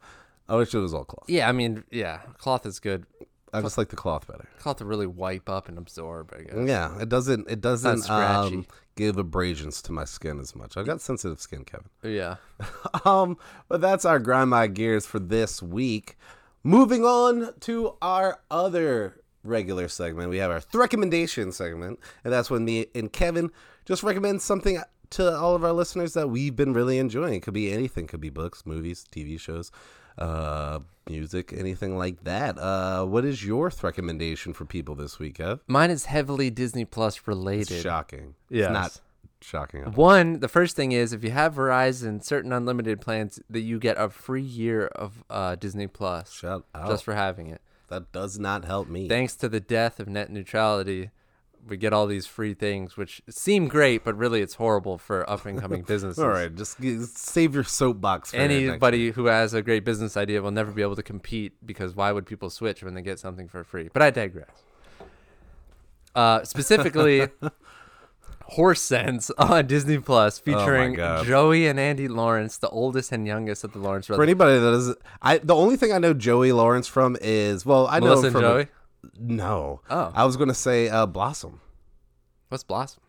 Speaker 1: I wish it was all cloth.
Speaker 2: yeah, I mean, yeah, cloth is good.
Speaker 1: I just like the cloth better.
Speaker 2: Cloth to really wipe up and absorb. I guess.
Speaker 1: Yeah, it doesn't. It doesn't
Speaker 2: scratchy.
Speaker 1: um, give abrasions to my skin as much. I've got sensitive skin, Kevin.
Speaker 2: Yeah.
Speaker 1: [laughs] Um, but that's our grind my gears for this week. Moving on to our other regular segment, we have our recommendation segment, and that's when me and Kevin just recommend something to all of our listeners that we've been really enjoying. It could be anything, could be books, movies, TV shows, uh, music, anything like that. Uh, what is your recommendation for people this week, Kev?
Speaker 2: Mine is heavily Disney Plus related.
Speaker 1: Shocking.
Speaker 2: Yes.
Speaker 1: It's not shocking. at all.
Speaker 2: One, the first thing is if you have Verizon, certain unlimited plans that you get a free year of uh, Disney Plus
Speaker 1: Shout out.
Speaker 2: just for having it.
Speaker 1: that does not help me.
Speaker 2: Thanks to the death of net neutrality, we get all these free things, which seem great, but really it's horrible for up and
Speaker 1: [laughs]
Speaker 2: coming businesses.
Speaker 1: All right, just g- save your soapbox for next
Speaker 2: Anybody who has a great business idea will never be able to compete because why would people switch when they get something for free? But I digress.
Speaker 1: [laughs]
Speaker 2: Uh, specifically, Horse Sense on Disney Plus featuring
Speaker 1: Oh God.
Speaker 2: Joey and Andy Lawrence, the oldest and youngest of the Lawrence
Speaker 1: For
Speaker 2: brothers.
Speaker 1: anybody that is, I the only thing I know Joey Lawrence from is well, I know
Speaker 2: Melissa
Speaker 1: him
Speaker 2: and
Speaker 1: from
Speaker 2: Joey.
Speaker 1: no.
Speaker 2: Oh.
Speaker 1: I was gonna say uh, Blossom,
Speaker 2: What's Blossom?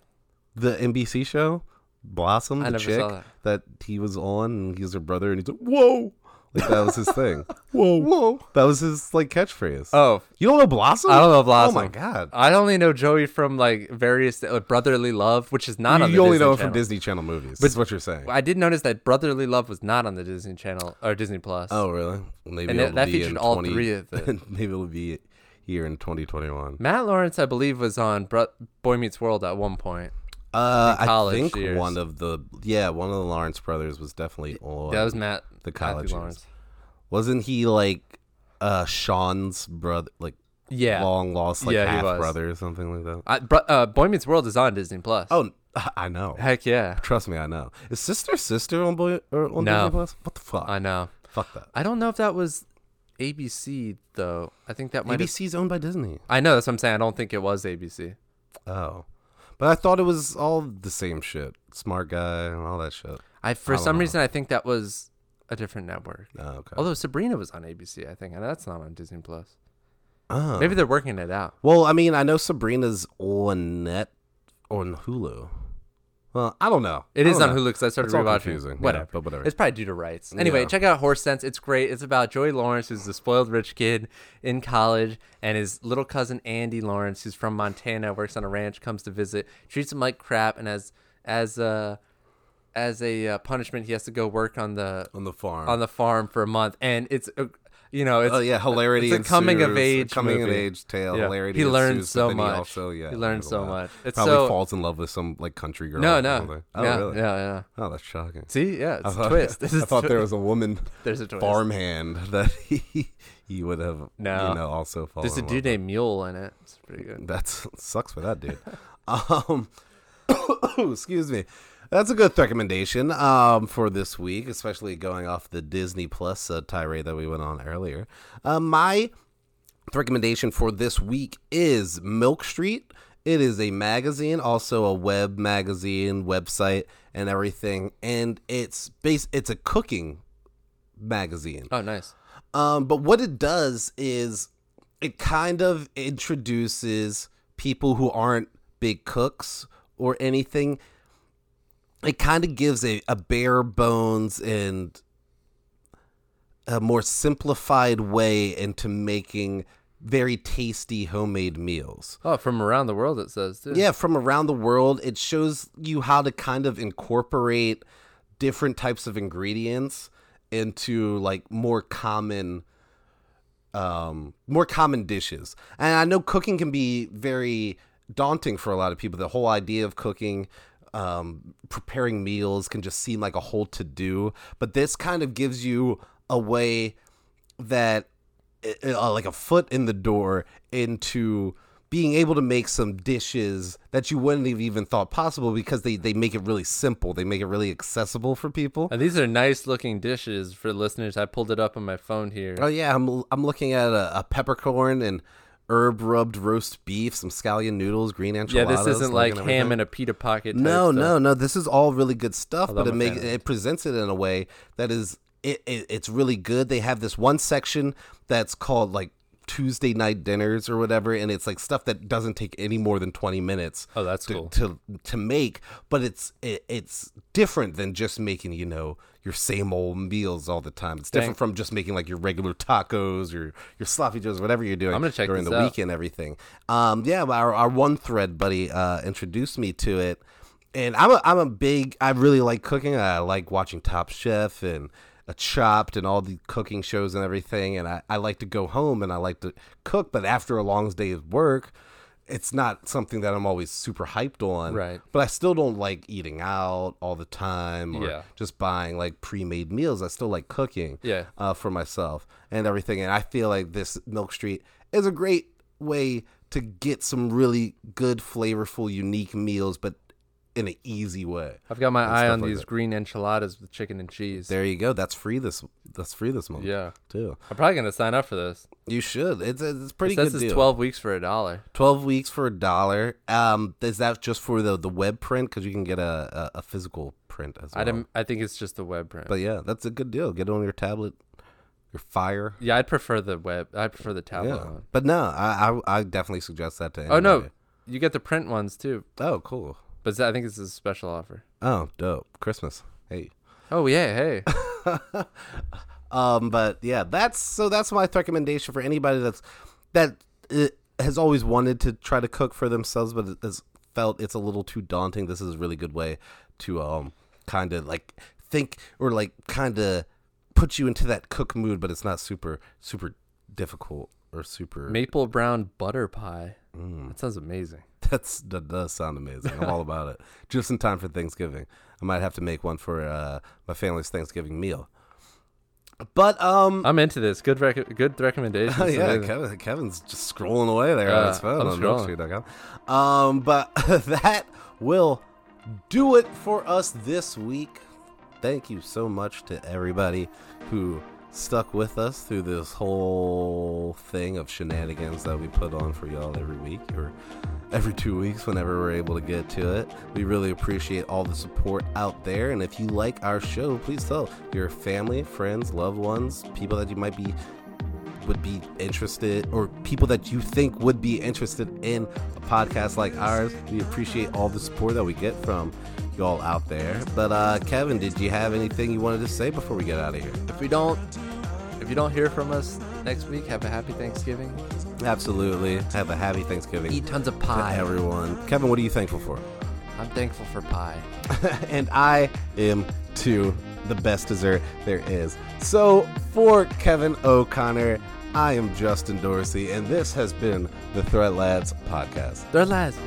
Speaker 1: the NBC show, Blossom, the
Speaker 2: never
Speaker 1: chick
Speaker 2: saw that.
Speaker 1: he was on, and he's her brother, and he's like, whoa, like that was his
Speaker 2: [laughs]
Speaker 1: thing, whoa, whoa, that was his like catchphrase.
Speaker 2: Oh,
Speaker 1: you don't know Blossom?
Speaker 2: I don't know Blossom.
Speaker 1: Oh my god,
Speaker 2: I only know Joey from like various uh, Brotherly Love, which is not
Speaker 1: you,
Speaker 2: on. The
Speaker 1: you only
Speaker 2: Disney
Speaker 1: know him
Speaker 2: Channel.
Speaker 1: from Disney Channel movies. That's what you're saying.
Speaker 2: I did notice that Brotherly Love was not on the Disney Channel or Disney Plus.
Speaker 1: oh really? Maybe
Speaker 2: And that-
Speaker 1: it'll
Speaker 2: that
Speaker 1: be
Speaker 2: featured
Speaker 1: in
Speaker 2: all
Speaker 1: 20 [laughs]
Speaker 2: three of the-
Speaker 1: maybe it'll be here in 2021.
Speaker 2: Matt Lawrence, I believe, was on Bro- Boy Meets World at one point.
Speaker 1: Uh, I
Speaker 2: college
Speaker 1: think
Speaker 2: years.
Speaker 1: one of the yeah one of the Lawrence brothers was definitely on.
Speaker 2: That was Matt.
Speaker 1: the
Speaker 2: Matthew
Speaker 1: college years. Wasn't he like uh Sean's brother, like
Speaker 2: Yeah.
Speaker 1: long lost like
Speaker 2: Yeah, he
Speaker 1: half
Speaker 2: was.
Speaker 1: brother or something like that?
Speaker 2: I, bro, uh, Boy Meets World is on Disney Plus.
Speaker 1: Oh, [laughs] I- I know.
Speaker 2: heck yeah!
Speaker 1: Trust me, I know. Is sister sister on boy or on
Speaker 2: No.
Speaker 1: Disney Plus? What the fuck?
Speaker 2: I know.
Speaker 1: Fuck that.
Speaker 2: I don't know if that was ABC though. I think that might. Have,
Speaker 1: ABC's owned by Disney.
Speaker 2: I know that's what I'm saying. I don't think it was ABC.
Speaker 1: Oh, but I thought it was all the same shit. Smart guy and all that shit.
Speaker 2: I for some reason I think that was a different network.
Speaker 1: Oh, okay.
Speaker 2: Although Sabrina was on ABC, I think, and that's not on Disney Plus.
Speaker 1: Oh.
Speaker 2: Maybe they're working it out.
Speaker 1: Well, I mean, I know Sabrina's on net on Hulu. Well, I don't know.
Speaker 2: It
Speaker 1: I
Speaker 2: is
Speaker 1: don't
Speaker 2: on
Speaker 1: know.
Speaker 2: Hulu because I started
Speaker 1: It's all
Speaker 2: rewatching.
Speaker 1: confusing, yeah,
Speaker 2: whatever,
Speaker 1: but whatever.
Speaker 2: It's probably due to rights. Anyway,
Speaker 1: Yeah.
Speaker 2: check out Horse Sense. It's great. It's about Joey Lawrence, who's the spoiled rich kid in college, and his little cousin Andy Lawrence, who's from Montana, works on a ranch, comes to visit, treats him like crap, and as as a as a uh, punishment, he has to go work on the
Speaker 1: on the farm.
Speaker 2: on the farm for a month, and it's uh, you know it's
Speaker 1: oh yeah, hilarity.
Speaker 2: it's a
Speaker 1: ensues,
Speaker 2: coming of age
Speaker 1: coming of
Speaker 2: movie.
Speaker 1: age tale.
Speaker 2: Yeah.
Speaker 1: Hilarity.
Speaker 2: He learned
Speaker 1: ensues,
Speaker 2: so
Speaker 1: but then
Speaker 2: much.
Speaker 1: He, also, yeah,
Speaker 2: He learned
Speaker 1: learns
Speaker 2: so much. It's
Speaker 1: Probably
Speaker 2: so-
Speaker 1: falls in love with some like country girl.
Speaker 2: no
Speaker 1: or
Speaker 2: no
Speaker 1: something. Oh
Speaker 2: yeah,
Speaker 1: really?
Speaker 2: yeah yeah.
Speaker 1: Oh, that's shocking.
Speaker 2: See, yeah, it's
Speaker 1: I
Speaker 2: a
Speaker 1: thought- [laughs]
Speaker 2: twist. [laughs] This is
Speaker 1: I thought
Speaker 2: twi-
Speaker 1: there was a woman
Speaker 2: There's a twist.
Speaker 1: farmhand [laughs] that he he would have
Speaker 2: No.
Speaker 1: you know also fallen.
Speaker 2: There's a
Speaker 1: in love
Speaker 2: dude named Mule in it. It's pretty
Speaker 1: [laughs]
Speaker 2: good.
Speaker 1: That sucks for that dude. [laughs] um, [coughs] excuse me. That's a good recommendation um, for this week, especially going off the Disney Plus uh, tirade that we went on earlier. Uh, my recommendation for this week is Milk Street. It is a magazine, also a web magazine, website, and everything. And it's base. It's a cooking magazine.
Speaker 2: Oh, nice.
Speaker 1: Um, but what it does is it kind of introduces people who aren't big cooks or anything, it kind of gives a, a bare bones and a more simplified way into making very tasty homemade meals.
Speaker 2: Oh, from around the world it says too.
Speaker 1: Yeah, from around the world, it shows you how to kind of incorporate different types of ingredients into like more common um more common dishes. And I know cooking can be very daunting for a lot of people. The whole idea of cooking um preparing meals can just seem like a whole to do, but this kind of gives you a way that uh, like a foot in the door into being able to make some dishes that you wouldn't have even thought possible because they, they make it really simple. They make it really accessible for people.
Speaker 2: And these are nice looking dishes for listeners. I pulled it up on my phone here.
Speaker 1: Oh yeah, I'm I'm looking at a, a peppercorn and herb rubbed roast beef, some scallion noodles, green
Speaker 2: yeah,
Speaker 1: enchiladas.
Speaker 2: this isn't like ham in a pita pocket. type
Speaker 1: No,
Speaker 2: stuff.
Speaker 1: no, no. This is all really good stuff, but
Speaker 2: love
Speaker 1: it
Speaker 2: my
Speaker 1: makes
Speaker 2: family.
Speaker 1: it presents it in a way that is it, it it's really good. They have this one section that's called like Tuesday night dinners or whatever, and it's like stuff that doesn't take any more than twenty minutes.
Speaker 2: Oh, that's
Speaker 1: to,
Speaker 2: cool.
Speaker 1: to to make, but it's it, it's different than just making you know your same old meals all the time. It's different
Speaker 2: Thank-
Speaker 1: from just making like your regular tacos or your sloppy joes, whatever you're doing
Speaker 2: I'm gonna check
Speaker 1: during
Speaker 2: this
Speaker 1: the
Speaker 2: out.
Speaker 1: week and everything. Um, yeah, but our, our one thread buddy uh, introduced me to it, and I'm a, I'm a big I really like cooking. I like watching Top Chef and uh, Chopped and all the cooking shows and everything. And I, I like to go home and I like to cook, but after a long day of work. It's not something that I'm always super hyped on,
Speaker 2: Right.
Speaker 1: But I still don't like eating out all the time, or
Speaker 2: Yeah.
Speaker 1: just buying like pre-made meals. I still like cooking,
Speaker 2: Yeah.
Speaker 1: uh, for myself and everything. And I feel like this Milk Street is a great way to get some really good, flavorful, unique meals, but in an easy way.
Speaker 2: I've got my eye
Speaker 1: stuff
Speaker 2: on
Speaker 1: like
Speaker 2: these
Speaker 1: that.
Speaker 2: green enchiladas with chicken and cheese.
Speaker 1: There you go. That's free this. That's free this month.
Speaker 2: yeah.
Speaker 1: too.
Speaker 2: I'm probably gonna sign up for this.
Speaker 1: You should. It's a, it's a pretty
Speaker 2: It says
Speaker 1: good
Speaker 2: it's
Speaker 1: deal.
Speaker 2: 12 weeks for a dollar.
Speaker 1: 12 weeks for a dollar. Um, is that just for the the web print? Because you can get a, a, a physical print as well.
Speaker 2: I didn't. I think it's just the web print.
Speaker 1: but yeah, that's a good deal. Get it on your tablet, your Fire.
Speaker 2: yeah, I'd prefer the web. I would prefer the tablet
Speaker 1: Yeah,
Speaker 2: one.
Speaker 1: but no, I, I I definitely suggest that to.
Speaker 2: Oh
Speaker 1: Anybody.
Speaker 2: no, you get the print ones too.
Speaker 1: Oh, cool.
Speaker 2: But I think it's a special offer.
Speaker 1: Oh, dope. Christmas. Hey.
Speaker 2: Oh yeah,
Speaker 1: [laughs]
Speaker 2: hey.
Speaker 1: Um, but yeah, that's so that's my recommendation for anybody that's that uh, has always wanted to try to cook for themselves, but has felt it's a little too daunting. This is a really good way to um kind of like think or like kind of put you into that cook mood, but it's not super super difficult or super.
Speaker 2: Maple brown butter pie.
Speaker 1: Mm.
Speaker 2: That sounds amazing.
Speaker 1: [laughs] That's that does sound amazing. I'm all about it. Just in time for Thanksgiving. I might have to make one for uh, my family's Thanksgiving meal. But um,
Speaker 2: I'm into this. Good rec- good recommendations.
Speaker 1: Oh, [laughs] yeah,
Speaker 2: Amazing.
Speaker 1: Kevin, Kevin's just scrolling away there on
Speaker 2: Yeah,
Speaker 1: his phone
Speaker 2: I'm
Speaker 1: on
Speaker 2: scrolling.
Speaker 1: milkstreet.com. Um, but [laughs] that will do it for us this week. Thank you so much to everybody who stuck with us through this whole thing of shenanigans that we put on for y'all every week or every two weeks whenever we're able to get to it. We really appreciate all the support out there. And if you like our show, please tell your family, friends, loved ones, people that you might be would be interested or people that you think would be interested in a podcast like ours. We appreciate all the support that we get from y'all out there. But uh Kevin, did you have anything you wanted to say before we get out of here?
Speaker 2: If we don't, if you don't hear from us next week, have a happy Thanksgiving.
Speaker 1: Absolutely. Have a happy Thanksgiving.
Speaker 2: Eat tons of
Speaker 1: Hi
Speaker 2: pie.
Speaker 1: everyone. Kevin, what are you thankful for?
Speaker 2: I'm thankful for pie.
Speaker 1: [laughs] and I am too the best dessert there is. So for Kevin O'Connor, I am Justin Dorsey, and this has been the Threat Lads Podcast.
Speaker 2: They're last.